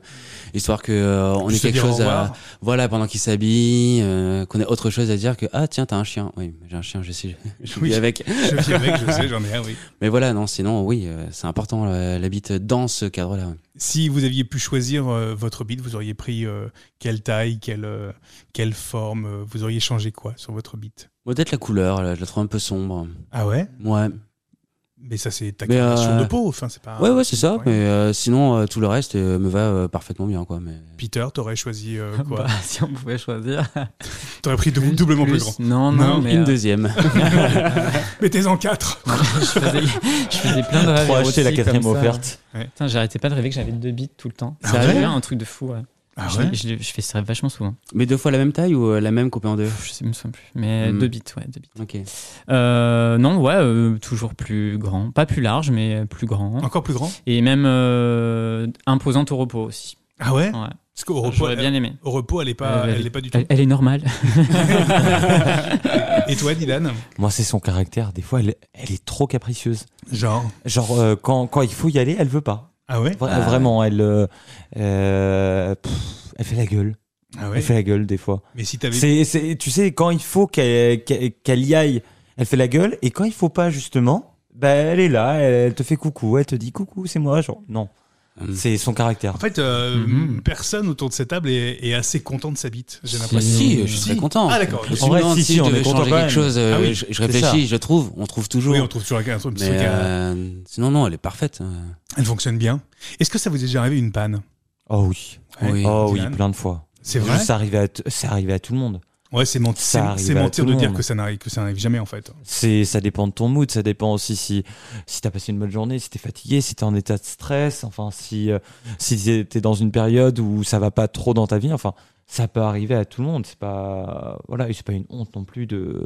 Speaker 3: histoire que euh, on ait
Speaker 1: se
Speaker 3: quelque
Speaker 1: dire au
Speaker 3: chose à...
Speaker 1: revoir.
Speaker 3: Voilà, pendant qu'il s'habille, euh, qu'on ait autre chose à dire que, ah tiens, t'as un chien. Oui, j'ai un chien, je sais, je
Speaker 1: Oui.
Speaker 3: vis avec.
Speaker 1: Je vis avec, je sais, j'en ai un, oui.
Speaker 3: Mais voilà, non, sinon, oui, euh, c'est important, la, la bite dans ce cadre-là. ouais.
Speaker 1: Si vous aviez pu choisir euh, votre bite, vous auriez pris euh, quelle taille, quelle, euh, quelle forme, euh, vous auriez changé quoi sur votre bite
Speaker 3: Moi, peut-être la couleur, là, je la trouve un peu sombre.
Speaker 1: Ah ouais
Speaker 3: Ouais.
Speaker 1: Mais ça, c'est ta condition
Speaker 3: euh,
Speaker 1: de peau. Enfin, Ah, c'est pas.
Speaker 3: Ouais, ouais, c'est ça.
Speaker 1: Ouais.
Speaker 3: Mais euh, sinon, euh, tout le reste euh, me va euh, parfaitement bien, quoi. Mais
Speaker 1: Peter, t'aurais choisi euh, quoi
Speaker 4: Bah, si on pouvait choisir.
Speaker 1: T'aurais pris dou- doublement plus, grand.
Speaker 4: Non, non,
Speaker 1: Non,
Speaker 4: mais.
Speaker 3: une
Speaker 4: euh,
Speaker 3: deuxième.
Speaker 1: Mettez en quatre.
Speaker 4: non, je, faisais, je faisais plein de rêves.
Speaker 2: Pour acheter la
Speaker 4: érotiques
Speaker 2: quatrième
Speaker 4: comme ça.
Speaker 2: offerte.
Speaker 4: Putain, j'arrêtais pas de rêver que j'avais deux bites tout le temps.
Speaker 1: Ah
Speaker 4: C'est
Speaker 1: ouais
Speaker 4: un truc de fou. ouais.
Speaker 1: Ah
Speaker 4: je, je- je fais ça vachement souvent.
Speaker 3: mais deux fois la même taille ou euh, la même coupée en deux
Speaker 4: Je sais, me souviens plus. Mais
Speaker 3: Hmm.
Speaker 4: deux bites, ouais, deux bites.
Speaker 3: Ok.
Speaker 4: Euh, non, ouais, euh, toujours plus grand. Pas plus large, mais plus grand.
Speaker 1: Encore plus grand
Speaker 4: Et même euh, imposante au repos aussi.
Speaker 1: Ah ouais
Speaker 4: Ouais.
Speaker 1: Parce qu'au repos, euh,
Speaker 4: J'aurais
Speaker 1: elle,
Speaker 4: bien aimé.
Speaker 1: au repos, elle est pas,
Speaker 4: Elle-
Speaker 1: elle est pas du tout.
Speaker 4: Elle, elle est normale.
Speaker 1: Et toi, Dylan
Speaker 2: Moi, c'est son caractère. Des fois, elle, elle est trop capricieuse.
Speaker 1: Genre.
Speaker 2: Genre, euh, quand, quand il faut y aller, elle veut pas.
Speaker 1: Ah ouais
Speaker 2: Vra-
Speaker 3: Ah.
Speaker 2: Vraiment, elle, euh, euh, pff, elle fait la gueule.
Speaker 1: Ah
Speaker 2: Elle
Speaker 1: ouais
Speaker 2: fait la gueule, des fois.
Speaker 1: Mais si t'avais.
Speaker 2: C'est, c'est- tu sais, quand il faut qu'elle, qu'elle- qu'elle y aille, elle fait la gueule. Et quand il faut pas, justement, bah, elle est là, elle, elle te fait coucou, elle te dit coucou, c'est moi. Genre, non.
Speaker 3: Hum.
Speaker 2: C'est son caractère.
Speaker 1: En fait, euh,
Speaker 4: Mhm.
Speaker 1: personne autour de cette table est, est assez content de sa bite, j'ai
Speaker 4: Si.
Speaker 1: l'impression.
Speaker 3: Bah, si, je suis
Speaker 1: Si.
Speaker 3: très content.
Speaker 1: Ah, d'accord.
Speaker 3: Je me
Speaker 1: Ok.
Speaker 2: En vrai,
Speaker 3: demande
Speaker 2: si, si,
Speaker 3: je
Speaker 2: on
Speaker 3: devais
Speaker 2: est content
Speaker 3: changer
Speaker 2: quand
Speaker 3: quelque
Speaker 2: même.
Speaker 3: chose. euh,
Speaker 1: Ah oui,
Speaker 3: je, je
Speaker 2: c'est ça.
Speaker 3: réfléchis, je trouve. On trouve toujours.
Speaker 1: Oui, on trouve toujours un truc.
Speaker 3: mais euh, sinon, non, elle est parfaite. euh.
Speaker 1: Elle fonctionne bien. Est-ce que ça vous est déjà arrivé une panne
Speaker 2: Oh oui.
Speaker 3: Oui.
Speaker 2: Oh oui,
Speaker 1: Dylan.
Speaker 2: plein de fois.
Speaker 1: C'est vrai
Speaker 2: Ça arrivait à, t- c'est arrivé à tout le monde.
Speaker 1: Ouais, c'est ment-
Speaker 2: Ça
Speaker 1: c'est-
Speaker 2: arrive
Speaker 1: c'est
Speaker 2: à
Speaker 1: mentir
Speaker 2: tout
Speaker 1: de
Speaker 2: le
Speaker 1: dire
Speaker 2: monde.
Speaker 1: que ça n'arrive que ça n'arrive jamais en fait.
Speaker 2: C'est, ça dépend de ton mood, ça dépend aussi si, si t'as passé une bonne journée, si t'es fatigué, si t'es en état de stress, enfin, si, euh, si t'es- t'es dans une période où ça va pas trop dans ta vie, enfin, ça peut arriver à tout le monde. C'est pas, voilà, et c'est pas une honte non plus de,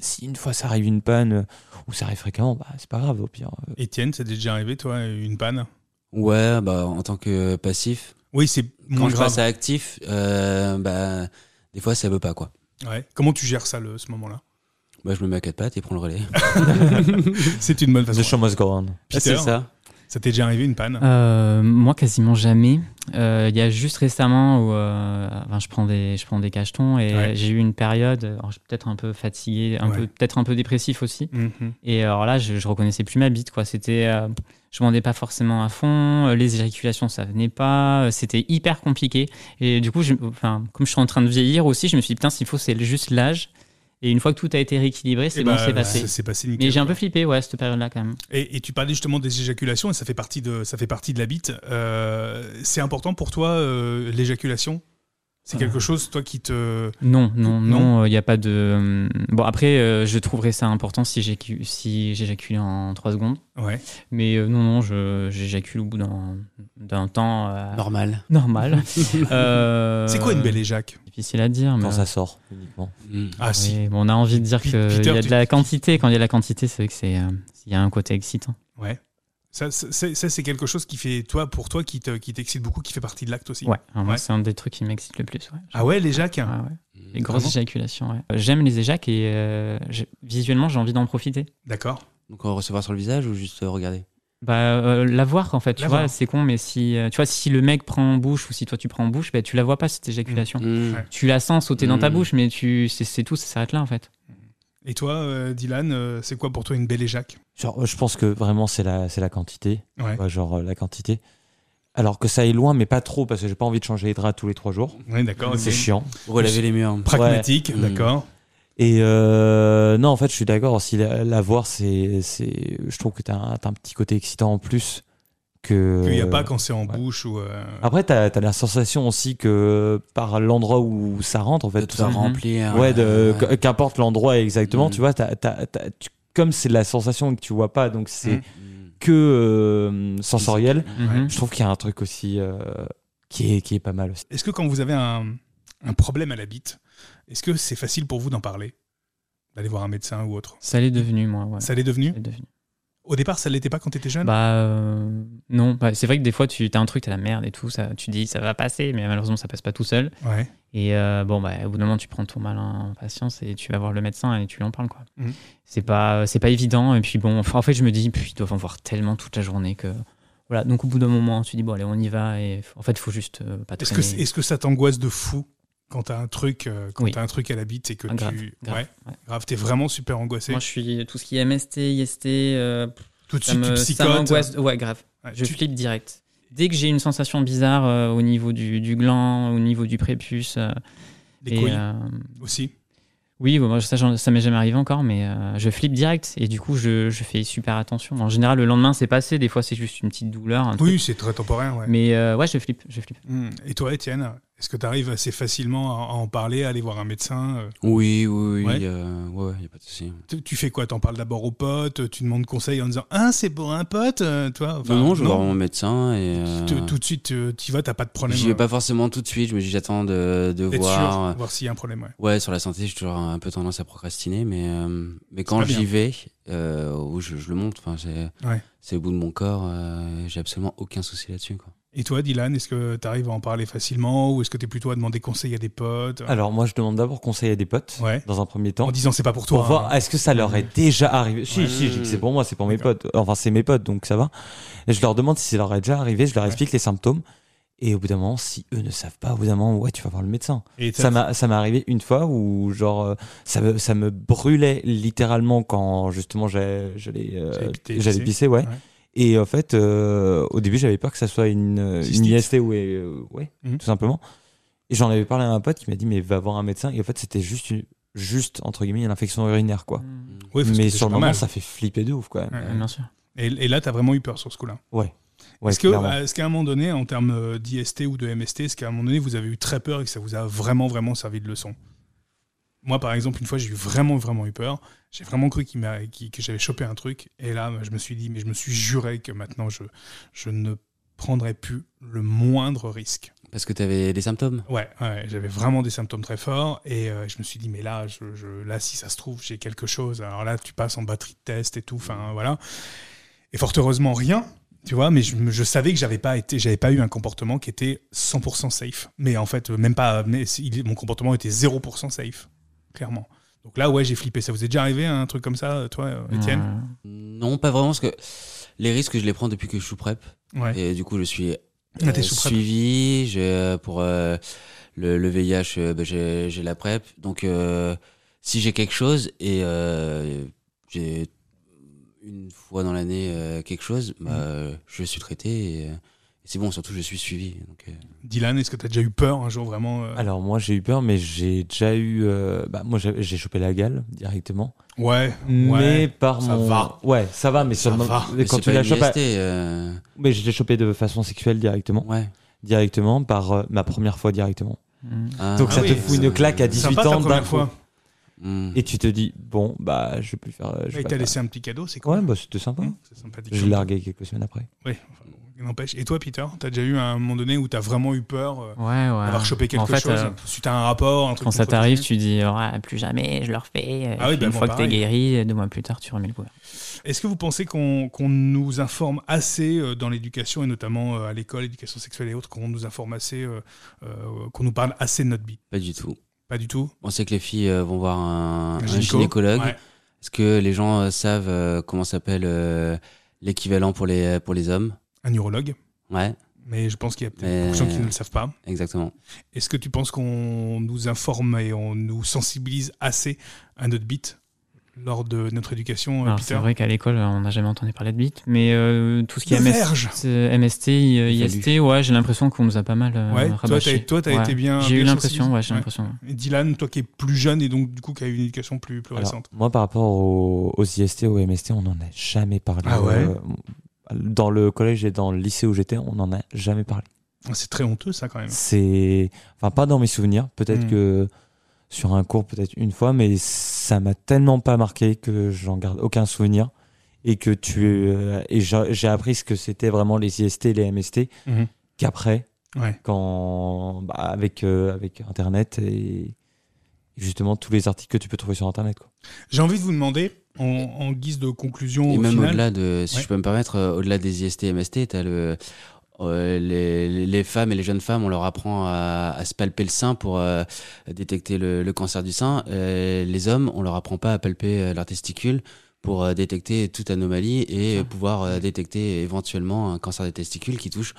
Speaker 2: si une fois ça arrive une panne, euh, ou ça arrive fréquemment, bah, c'est pas grave, au pire. Euh,
Speaker 1: Étienne, ça t'est déjà arrivé toi une panne
Speaker 3: Ouais, bah, en tant que passif.
Speaker 1: Oui, c'est
Speaker 3: Quand
Speaker 1: moins
Speaker 3: je
Speaker 1: grave.
Speaker 3: passe à actif, euh, bah, des fois, ça veut pas, quoi.
Speaker 1: Ouais. Comment tu gères ça le, ce moment-là
Speaker 3: Bah, je me mets à quatre pattes et prends le relais.
Speaker 1: Ah,
Speaker 3: Ah,
Speaker 1: C'est une bonne façon.
Speaker 2: The show must go on.
Speaker 1: Peter,
Speaker 3: c'est
Speaker 1: ça.
Speaker 3: ça.
Speaker 1: t'est déjà arrivé une panne
Speaker 4: Euh, moi, quasiment jamais. Euh, Il y a juste récemment où euh, enfin, je, prends des, je prends des cachetons et
Speaker 1: Ouais.
Speaker 4: j'ai eu une période, alors, je suis peut-être un peu fatigué, un
Speaker 1: Ouais.
Speaker 4: peu, peut-être un peu dépressif aussi.
Speaker 1: Mhm.
Speaker 4: Et alors là, je, je reconnaissais plus ma bite. Quoi. C'était, euh, je m'en rendais pas forcément à fond, euh, les éjaculations, ça venait pas, euh, c'était hyper compliqué. Et du coup, je- enfin, comme je suis en train de vieillir aussi, je me suis dit, putain, s'il faut, c'est juste l'âge. Et une fois que tout a été rééquilibré, c'est
Speaker 1: Eh
Speaker 4: bon,
Speaker 1: bah,
Speaker 4: c'est passé.
Speaker 1: ça s'est passé nickel,
Speaker 4: Mais j'ai un
Speaker 1: quoi.
Speaker 4: peu flippé, ouais, cette période-là quand même.
Speaker 1: Et, et tu parlais justement des éjaculations et ça fait partie de ça fait partie de la bite. Euh, c'est important pour toi euh, l'éjaculation C'est quelque chose toi qui te
Speaker 4: Non, non,
Speaker 1: Non.
Speaker 4: non, il n'y a pas de. Bon, après, euh, je trouverais ça important si j'éjacu- si j'éjaculais en 3 secondes.
Speaker 1: ouais.
Speaker 4: Mais euh, non, non, je- j'éjacule au bout d'un d'un temps euh,
Speaker 3: Normal.
Speaker 4: normal. Euh,
Speaker 1: C'est quoi une belle éjac
Speaker 4: Difficile à dire, mais.
Speaker 2: Quand ça sort, uniquement.
Speaker 3: Hum.
Speaker 1: Ah
Speaker 4: Oui,
Speaker 1: si.
Speaker 4: bon, on a envie de dire
Speaker 1: Pi-
Speaker 4: qu'il y
Speaker 1: Peter,
Speaker 4: a
Speaker 1: tu-
Speaker 4: de la quantité. Quand il y a de la quantité, c'est vrai que c'est. euh, Il y a un côté excitant.
Speaker 1: Ouais. Ça, ça, c'est- ça, c'est quelque chose qui fait toi pour toi qui te qui t'excite beaucoup qui fait partie de l'acte aussi.
Speaker 4: Ouais, alors moi,
Speaker 1: Ouais.
Speaker 4: c'est un des trucs qui m'excite le plus. Ouais.
Speaker 1: Ah ouais les jacs
Speaker 4: Ouais, ouais.
Speaker 1: Ah
Speaker 4: Les grosses
Speaker 1: bon
Speaker 4: éjaculations, ouais. Euh, J'aime les éjacs et euh, j'ai- visuellement, j'ai envie d'en profiter.
Speaker 1: D'accord.
Speaker 3: Donc, on va recevoir sur le visage ou juste euh, regarder
Speaker 4: Bah, euh, la voir en fait, tu
Speaker 1: La
Speaker 4: vois,
Speaker 1: voir.
Speaker 4: c'est con, mais si, euh, tu vois, si le mec prend en bouche ou si toi tu prends en bouche, bah, tu la vois pas cette éjaculation.
Speaker 3: Hum.
Speaker 1: Mm.
Speaker 2: Mm.
Speaker 1: Ouais.
Speaker 4: Tu la sens sauter dans ta
Speaker 3: Mm.
Speaker 4: bouche, mais tu, c'est, c'est tout, ça s'arrête là en fait.
Speaker 1: Et toi euh, Dylan, euh, c'est quoi pour toi une belle éjac
Speaker 2: Genre, euh, je pense que vraiment, c'est la, c'est la quantité.
Speaker 1: Ouais.
Speaker 2: Ouais, genre, euh, la quantité. Alors que ça est loin, mais pas trop, parce que j'ai pas envie de changer les draps tous les trois jours.
Speaker 1: Ouais d'accord. ok.
Speaker 2: Mm. C'est chiant.
Speaker 3: Relaver les murs.
Speaker 1: Pragmatique,
Speaker 3: Ouais.
Speaker 1: d'accord.
Speaker 2: Et euh, non, en fait, je suis d'accord. aussi la, la voir, c'est, c'est, je trouve que t'as un, t'as un petit côté excitant en plus que.
Speaker 1: Qu'il n'y a pas quand c'est en
Speaker 2: Mm. Euh, ouais. Ah.
Speaker 1: bouche ou. euh,
Speaker 2: Après, t'as, t'as la sensation aussi que par l'endroit où ça rentre,
Speaker 1: Bah,
Speaker 2: en fait,
Speaker 3: De
Speaker 2: tout
Speaker 3: te
Speaker 2: ça.
Speaker 3: faire
Speaker 4: Mhm.
Speaker 3: remplir.
Speaker 1: Mm.
Speaker 2: Ouais, de,
Speaker 3: euh,
Speaker 2: qu- qu'importe l'endroit exactement,
Speaker 3: Mm.
Speaker 2: tu vois, t'as, t'as- t'as- tu- comme c'est de la sensation que tu vois pas, donc c'est
Speaker 1: Mm.
Speaker 3: Hum.
Speaker 2: que euh, sensoriel.
Speaker 4: Mhm.
Speaker 2: Je trouve qu'il y a un truc aussi euh, qui est qui est pas mal. Aussi.
Speaker 1: Est-ce que quand vous avez un, un problème à la bite, est-ce que c'est facile pour vous d'en parler D'aller voir un médecin ou autre
Speaker 4: Ça l'est devenu, moi, ouais. Ça
Speaker 1: Ça l'est devenu
Speaker 4: l'est devenu.
Speaker 1: Au départ, ça l'était pas quand t'étais jeune
Speaker 4: Bah, euh, non, Bah, c'est vrai que des fois tu as un truc, t'as la merde et tout, ça, tu dis ça va passer, mais malheureusement ça passe pas tout seul.
Speaker 1: Ouais.
Speaker 4: Et euh, bon, bah, au bout d'un moment, tu prends ton mal en patience et tu vas voir le médecin et tu lui en parles. quoi.
Speaker 1: Mhm.
Speaker 4: C'est pas, euh, c'est pas évident. Et puis bon, enfin, en fait, je me dis, puis, ils doivent en voir tellement toute la journée que. Voilà, donc au bout d'un moment, tu dis, bon, allez, on y va. Et f- en fait, il faut juste euh, pas
Speaker 1: Est-ce
Speaker 4: traîner.
Speaker 1: que, est que ça t'angoisse de fou quand t'as un truc, euh, quand
Speaker 4: Oui.
Speaker 1: t'as un truc à la bite et que
Speaker 4: Ah,
Speaker 1: tu,
Speaker 4: grave, grave,
Speaker 1: ouais,
Speaker 4: ouais.
Speaker 1: grave, t'es vraiment super angoissé.
Speaker 4: Moi, je suis tout ce qui est MST, IST, euh,
Speaker 1: Tout de
Speaker 4: ça
Speaker 1: suite, tu
Speaker 4: me- ça
Speaker 1: psychotes.
Speaker 4: m'angoisse. Ouais, grave.
Speaker 1: Ouais,
Speaker 4: Je
Speaker 1: tu-
Speaker 4: flippe direct. Dès que j'ai une sensation bizarre euh, au niveau du, du gland, au niveau du prépuce, euh,
Speaker 1: les
Speaker 4: et,
Speaker 1: couilles
Speaker 4: euh,
Speaker 1: aussi.
Speaker 4: Oui, bon, moi, ça, j'en- ça m'est jamais arrivé encore, mais euh, je flippe direct et du coup, je, je fais super attention. En général, le lendemain, c'est passé. Des fois, c'est juste une petite douleur. un Mm.
Speaker 1: Oui,
Speaker 4: truc.
Speaker 1: c'est très temporaire, ouais.
Speaker 4: Mais euh, ouais, je flippe, je flippe.
Speaker 1: Hmm. Et toi, Étienne, est-ce que tu arrives assez facilement à à en parler, à aller voir un médecin euh,
Speaker 3: Oui, oui, oui.
Speaker 1: Ouais.
Speaker 3: euh, ouais, il n'y a pas de souci.
Speaker 1: tu- Tu fais quoi T'en parles d'abord aux potes, tu demandes conseil en disant Ah, c'est pour un pote, euh, toi Enfin,
Speaker 3: non, non, je vais voir mon médecin et.
Speaker 1: Tu-
Speaker 3: euh,
Speaker 1: Tout de suite, tu y vas, t'as pas de problème.
Speaker 3: J'y vais
Speaker 1: euh,
Speaker 3: pas forcément tout de suite, je me dis j'attends de, de
Speaker 1: d'être
Speaker 2: euh.
Speaker 3: voir. euh,
Speaker 1: sûr, voir s'il y a un problème, ouais.
Speaker 3: Ouais, sur la santé, j'ai toujours un peu tendance à procrastiner, mais, euh, mais
Speaker 1: pas
Speaker 3: quand
Speaker 1: bien.
Speaker 3: j'y vais, euh, où je, je le montre, enfin, c'est
Speaker 1: Ouais.
Speaker 3: c'est au bout de mon corps, euh, j'ai absolument aucun souci là-dessus. quoi.
Speaker 1: Et toi, Dylan, est-ce que tu arrives à en parler facilement ou est-ce que tu es plutôt à demander conseil à des potes
Speaker 2: Alors moi, je demande d'abord conseil à des potes,
Speaker 1: Ouais.
Speaker 2: dans un premier temps.
Speaker 1: En disant c'est pas pour toi.
Speaker 2: Pour
Speaker 1: hein.
Speaker 2: voir, est-ce que ça leur est déjà arrivé Si,
Speaker 3: Ouais.
Speaker 2: si, je dis que c'est pour moi, c'est pour mes
Speaker 1: D'accord.
Speaker 2: potes. Enfin, c'est mes potes, donc ça va. Et je leur demande si ça leur est déjà arrivé, je leur
Speaker 1: Ouais.
Speaker 2: explique les symptômes. Et au bout d'un moment, si eux ne savent pas, au bout d'un moment, ouais, tu vas voir le médecin.
Speaker 1: Et t'as-
Speaker 2: Ça m'a ça m'est arrivé une fois où, genre, euh, ça, me- ça me brûlait littéralement quand, justement, j'ai- j'allais euh,
Speaker 1: J'allais pisser.
Speaker 2: j'allais pisser, ouais.
Speaker 1: Ouais.
Speaker 2: Et en fait, euh, au début, j'avais peur que ça soit une, euh, une
Speaker 1: Cystite.
Speaker 2: IST ou euh, ouais,
Speaker 1: Mhm.
Speaker 2: tout simplement. Et j'en avais parlé à un pote qui m'a dit, mais va voir un médecin. Et en fait, c'était juste, une- juste entre guillemets, une infection urinaire, quoi.
Speaker 1: Ouais, parce que
Speaker 2: mais
Speaker 1: c'est
Speaker 2: sur le
Speaker 1: pas
Speaker 2: moment,
Speaker 1: mal.
Speaker 2: ça fait flipper de ouf, quand même.
Speaker 1: Ouais.
Speaker 4: Ouais, bien sûr.
Speaker 1: Et, et là, tu as vraiment eu peur sur ce coup-là.
Speaker 2: Ouais,
Speaker 1: est-ce, que,
Speaker 2: clairement.
Speaker 1: euh, est-ce qu'à un moment donné, en termes euh, d'IST ou de MST, est-ce qu'à un moment donné, vous avez eu très peur et que ça vous a vraiment, vraiment servi de leçon Moi, par exemple, une fois, j'ai eu vraiment, vraiment eu peur. J'ai vraiment cru qu'il m'a, qu'il- que j'avais chopé un truc. Et là, je me suis dit, mais je me suis juré que maintenant, je, je ne prendrais plus le moindre risque.
Speaker 3: Parce que tu avais des symptômes
Speaker 1: Ouais, ouais, j'avais vraiment des symptômes très forts et euh, je me suis dit mais là, je, je- là si ça se trouve j'ai quelque chose. Alors là tu passes en batterie de test et tout, enfin voilà. Et fort heureusement rien, tu vois. Mais je, me- je savais que j'avais pas été, j'avais pas eu un comportement qui était 100% safe. Mais en fait euh, même pas, mais il- mon comportement était 0% safe, clairement. Donc là ouais j'ai flippé. Ça vous est déjà arrivé hein, un truc comme ça, toi, euh, Étienne
Speaker 4: Euh,
Speaker 3: Non, pas vraiment, parce que les risques, je les prends depuis que je suis prep.
Speaker 1: Ouais.
Speaker 3: Et du coup, je suis
Speaker 1: Ah,
Speaker 3: euh,
Speaker 1: t'es sous prep.
Speaker 3: suivi. j'ai, euh, Pour euh, le, le VIH, euh, bah, j'ai j'ai la PrEP. Donc, euh, si j'ai quelque chose et euh, j'ai une fois dans l'année euh, quelque chose, bah,
Speaker 1: Mmh.
Speaker 3: euh, je suis traité. Et, euh, c'est bon, surtout, je suis suivi. Donc, euh,
Speaker 1: Dylan, est-ce que t'as déjà eu peur un jour vraiment euh,
Speaker 2: Alors, moi, j'ai eu peur, mais j'ai déjà eu. euh, bah, moi, j'ai j'ai chopé la gale directement.
Speaker 1: Ouais.
Speaker 2: mais
Speaker 1: ouais.
Speaker 2: par
Speaker 1: ça
Speaker 2: mon.
Speaker 1: va.
Speaker 2: Ouais, ça va, mais sur
Speaker 1: Ça
Speaker 2: le
Speaker 1: va.
Speaker 2: moment.
Speaker 3: mais
Speaker 2: Quand
Speaker 3: c'est
Speaker 2: tu
Speaker 3: pas
Speaker 2: la
Speaker 3: une
Speaker 2: chopes. à-
Speaker 3: IST, euh,
Speaker 2: Mais je l'ai chopé de façon sexuelle directement.
Speaker 3: ouais.
Speaker 2: Directement, par euh, ma première fois directement.
Speaker 4: mm.
Speaker 3: Ah,
Speaker 2: Donc,
Speaker 1: Ah
Speaker 2: ça
Speaker 1: oui,
Speaker 2: te fout une claque à 18
Speaker 1: Sympa ta
Speaker 2: ans d'un
Speaker 1: première
Speaker 2: coup.
Speaker 1: fois.
Speaker 3: Mm.
Speaker 2: Et tu te dis, bon, bah, je vais plus faire. euh, je
Speaker 1: Et
Speaker 2: vais pas
Speaker 1: t'as
Speaker 2: faire.
Speaker 1: laissé Mm. un petit cadeau, c'est quoi
Speaker 2: Ouais, bah, c'était sympa.
Speaker 1: C'est sympathique.
Speaker 2: Je l'ai largué quelques semaines après.
Speaker 1: Oui, enfin, bon, il n'empêche. Et toi, Peter, t'as déjà eu un moment donné où t'as vraiment eu peur euh,
Speaker 4: Ouais, ouais.
Speaker 1: d'avoir chopé quelque
Speaker 4: En fait,
Speaker 1: chose
Speaker 4: euh,
Speaker 1: Suite à un rapport, un truc
Speaker 4: quand ça
Speaker 1: contre-
Speaker 4: t'arrive, tu dis Ah, plus jamais, je le refais. Et
Speaker 1: Ah oui,
Speaker 4: puis
Speaker 1: bah,
Speaker 4: une
Speaker 1: moi,
Speaker 4: fois que t'es
Speaker 1: pareil.
Speaker 4: guéri, deux mois plus tard, tu remets le couvert.
Speaker 1: Est-ce que vous pensez qu'on qu'on nous informe assez euh, dans l'éducation, et notamment euh, à l'école, éducation sexuelle et autres, qu'on nous informe assez, euh, euh, qu'on nous parle assez de notre bite
Speaker 3: Pas du tout.
Speaker 1: Pas du tout
Speaker 3: On sait que les filles euh, vont voir un, un
Speaker 1: gynéco
Speaker 3: gynécologue.
Speaker 1: Ouais.
Speaker 3: Est-ce que les gens euh, savent euh, comment s'appelle euh, l'équivalent pour les, pour les hommes
Speaker 1: Un urologue
Speaker 3: Ouais,
Speaker 1: mais je pense qu'il y a peut-être
Speaker 3: Mais-
Speaker 1: beaucoup de gens qui ne le savent pas.
Speaker 3: exactement.
Speaker 1: Est-ce que tu penses qu'on nous informe et on nous sensibilise assez à notre bite lors de notre éducation, euh,
Speaker 4: Alors,
Speaker 1: Peter
Speaker 4: C'est vrai qu'à l'école, on n'a jamais entendu parler de bite, mais euh, tout ce qui
Speaker 1: De
Speaker 4: est MS,
Speaker 1: verge
Speaker 4: euh, MST, euh, IST, ouais, j'ai l'impression qu'on nous a pas mal euh,
Speaker 1: Ouais, toi,
Speaker 4: rabâché.
Speaker 1: t'as- toi, t'as
Speaker 4: Ouais.
Speaker 1: été bien-
Speaker 4: J'ai eu
Speaker 1: bien
Speaker 4: l'impression,
Speaker 1: sensibilisé.
Speaker 4: ouais, j'ai
Speaker 1: Ouais.
Speaker 4: l'impression.
Speaker 1: Et Dylan, toi qui es plus jeune et donc du coup qui a eu une éducation plus, plus
Speaker 2: Alors,
Speaker 1: récente.
Speaker 2: moi, par rapport aux, aux IST, aux MST, on n'en a jamais parlé.
Speaker 1: Ah ouais
Speaker 2: Euh, dans le collège et dans le lycée où j'étais, on n'en a jamais parlé.
Speaker 1: Ah, C'est très honteux ça quand même.
Speaker 2: C'est. Enfin, pas dans mes souvenirs. Peut-être
Speaker 1: Hmm.
Speaker 2: que sur un cours, peut-être une fois, mais ça m'a tellement pas marqué que j'en garde aucun souvenir. Et que tu. euh, et j'a- j'ai appris ce que c'était vraiment les IST, les MST,
Speaker 1: Mhm.
Speaker 2: qu'après,
Speaker 1: Ouais.
Speaker 2: quand. bah, avec, euh, avec Internet et. Justement, tous les articles que tu peux trouver sur Internet. Quoi.
Speaker 1: J'ai envie de vous demander, en, en guise de conclusion,
Speaker 3: Et
Speaker 1: au
Speaker 3: même
Speaker 1: final,
Speaker 3: au-delà de, si
Speaker 1: Ouais.
Speaker 3: je peux me permettre, euh, au-delà des IST, MST, t'as le, euh, les, les femmes et les jeunes femmes, on leur apprend à, à se palper le sein pour euh, détecter le, le cancer du sein. Euh, les hommes, on leur apprend pas à palper euh, leurs testicules pour euh, détecter toute anomalie et euh, pouvoir euh, détecter éventuellement un cancer des testicules qui touche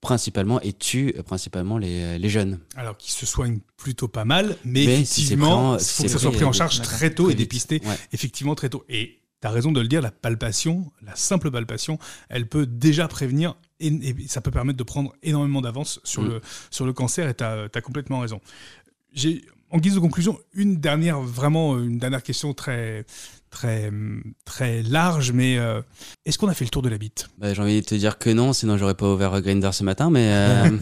Speaker 3: principalement et tue euh, principalement les, les jeunes.
Speaker 1: alors qu'ils se soignent plutôt pas mal, mais,
Speaker 3: Mais si c'est
Speaker 1: effectivement, il
Speaker 3: pris en- si
Speaker 1: faut que
Speaker 3: c'est
Speaker 1: ça soit
Speaker 3: pris,
Speaker 1: pris en
Speaker 3: euh,
Speaker 1: charge
Speaker 3: d'accord,
Speaker 1: très tôt
Speaker 3: très
Speaker 1: et
Speaker 3: vite.
Speaker 1: dépisté
Speaker 3: Ouais.
Speaker 1: effectivement très tôt. Et tu as raison de le dire, la palpation, la simple palpation, elle peut déjà prévenir et, et ça peut permettre de prendre énormément d'avance sur,
Speaker 3: Mm.
Speaker 1: le, sur le cancer et tu as, complètement raison. J'ai- en guise de conclusion, une dernière, vraiment euh, une dernière question très, très, mm, très large, mais euh, est-ce qu'on a fait le tour de la bite
Speaker 3: Bah, J'ai envie de te dire que non, sinon j'aurais pas ouvert Grinder ce matin, mais euh,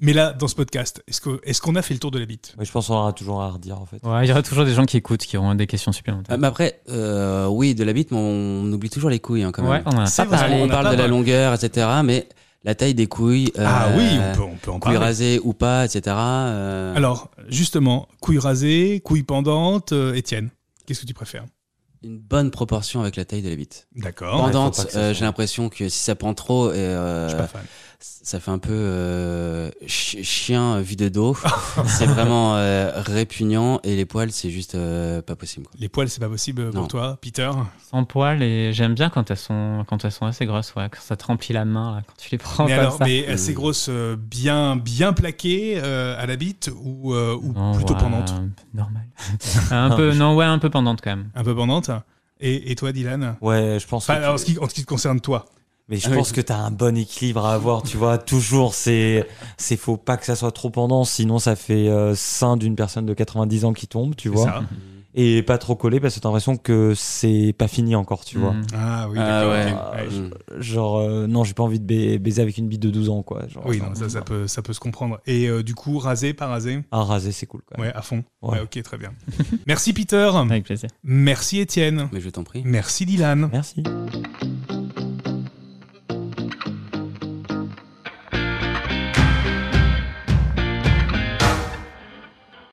Speaker 1: Mais là, dans ce podcast, est-ce que- est-ce qu'on a fait le tour de la bite
Speaker 2: Mais je pense qu'on aura toujours à redire en fait.
Speaker 4: Ouais, il y aura toujours des gens qui écoutent, qui auront des questions supplémentaires.
Speaker 3: Ah, mais après, euh, oui, de la bite, mais on oublie toujours les couilles hein, quand même.
Speaker 4: ouais, on en a
Speaker 1: C'est
Speaker 4: pas
Speaker 1: vrai,
Speaker 4: parlé.
Speaker 3: on
Speaker 1: n'a
Speaker 3: parle
Speaker 1: pas
Speaker 3: de la
Speaker 1: parlé.
Speaker 3: longueur, etc. Mais la taille des couilles,
Speaker 1: Ah
Speaker 3: euh,
Speaker 1: oui, on peut, on peut en
Speaker 3: couilles
Speaker 1: parler.
Speaker 3: rasées ou pas, etc. euh,
Speaker 1: Alors, justement, couilles rasées, couilles pendantes, euh, Étienne, qu'est-ce que tu préfères
Speaker 3: une bonne proportion avec la taille de la bite.
Speaker 1: D'accord,
Speaker 2: Ouais,
Speaker 3: Pendante,
Speaker 2: faut pas que ça
Speaker 3: euh,
Speaker 2: soit-
Speaker 3: j'ai l'impression que si ça prend trop, et, euh,
Speaker 1: je suis pas fan.
Speaker 3: ça fait un peu euh, chi- chien vu de dos. c'est vraiment euh, répugnant et les poils, c'est juste euh, pas possible. Quoi.
Speaker 1: Les poils, c'est pas possible pour
Speaker 3: Non.
Speaker 1: toi, Peter
Speaker 4: Sans poil, et j'aime bien quand elles sont, quand elles sont assez grosses, ouais, quand ça te remplit la main, là, quand tu les prends
Speaker 1: Mais
Speaker 4: comme
Speaker 1: alors,
Speaker 4: ça.
Speaker 1: mais assez
Speaker 3: Hmm.
Speaker 1: grosse, euh, bien, bien plaquée euh, à la bite ou, euh, ou
Speaker 4: Non,
Speaker 1: plutôt
Speaker 4: ouais,
Speaker 1: pendante
Speaker 4: euh, Normal. un peu, non, ouais, un peu pendante quand même.
Speaker 1: Un peu pendante et, et toi, Dylan
Speaker 2: Ouais, je pense.
Speaker 1: Enfin,
Speaker 2: que-
Speaker 1: alors, en, ce qui, en ce qui te concerne, toi.
Speaker 2: Mais je
Speaker 3: Ah oui.
Speaker 2: pense que t'as un bon équilibre à avoir, tu vois. Toujours, c'est, c'est faut pas que ça soit trop pendant, sinon ça fait euh, sein d'une personne de 90 ans qui tombe, tu
Speaker 1: c'est
Speaker 2: vois.
Speaker 1: ça
Speaker 2: Et pas trop collé parce que t'as l'impression que c'est pas fini encore, tu vois.
Speaker 4: Mm.
Speaker 1: Ah oui,
Speaker 3: Ah
Speaker 1: d'accord.
Speaker 3: ouais.
Speaker 1: ok. Ouais.
Speaker 3: Mm.
Speaker 2: Genre, euh, non, j'ai pas envie de ba- baiser avec une bite de 12 ans, quoi. Genre,
Speaker 1: Oui,
Speaker 2: genre,
Speaker 1: non, ça, ça peut, ça peut se comprendre. Et euh, du coup, rasé, pas rasé
Speaker 2: un rasé, c'est cool, quoi.
Speaker 1: Ouais, à fond.
Speaker 2: Ouais.
Speaker 1: Ouais, ok, très bien. Merci Peter.
Speaker 4: Avec plaisir.
Speaker 1: Merci Étienne.
Speaker 3: Mais je t'en prie.
Speaker 1: Merci Dylan.
Speaker 2: Merci.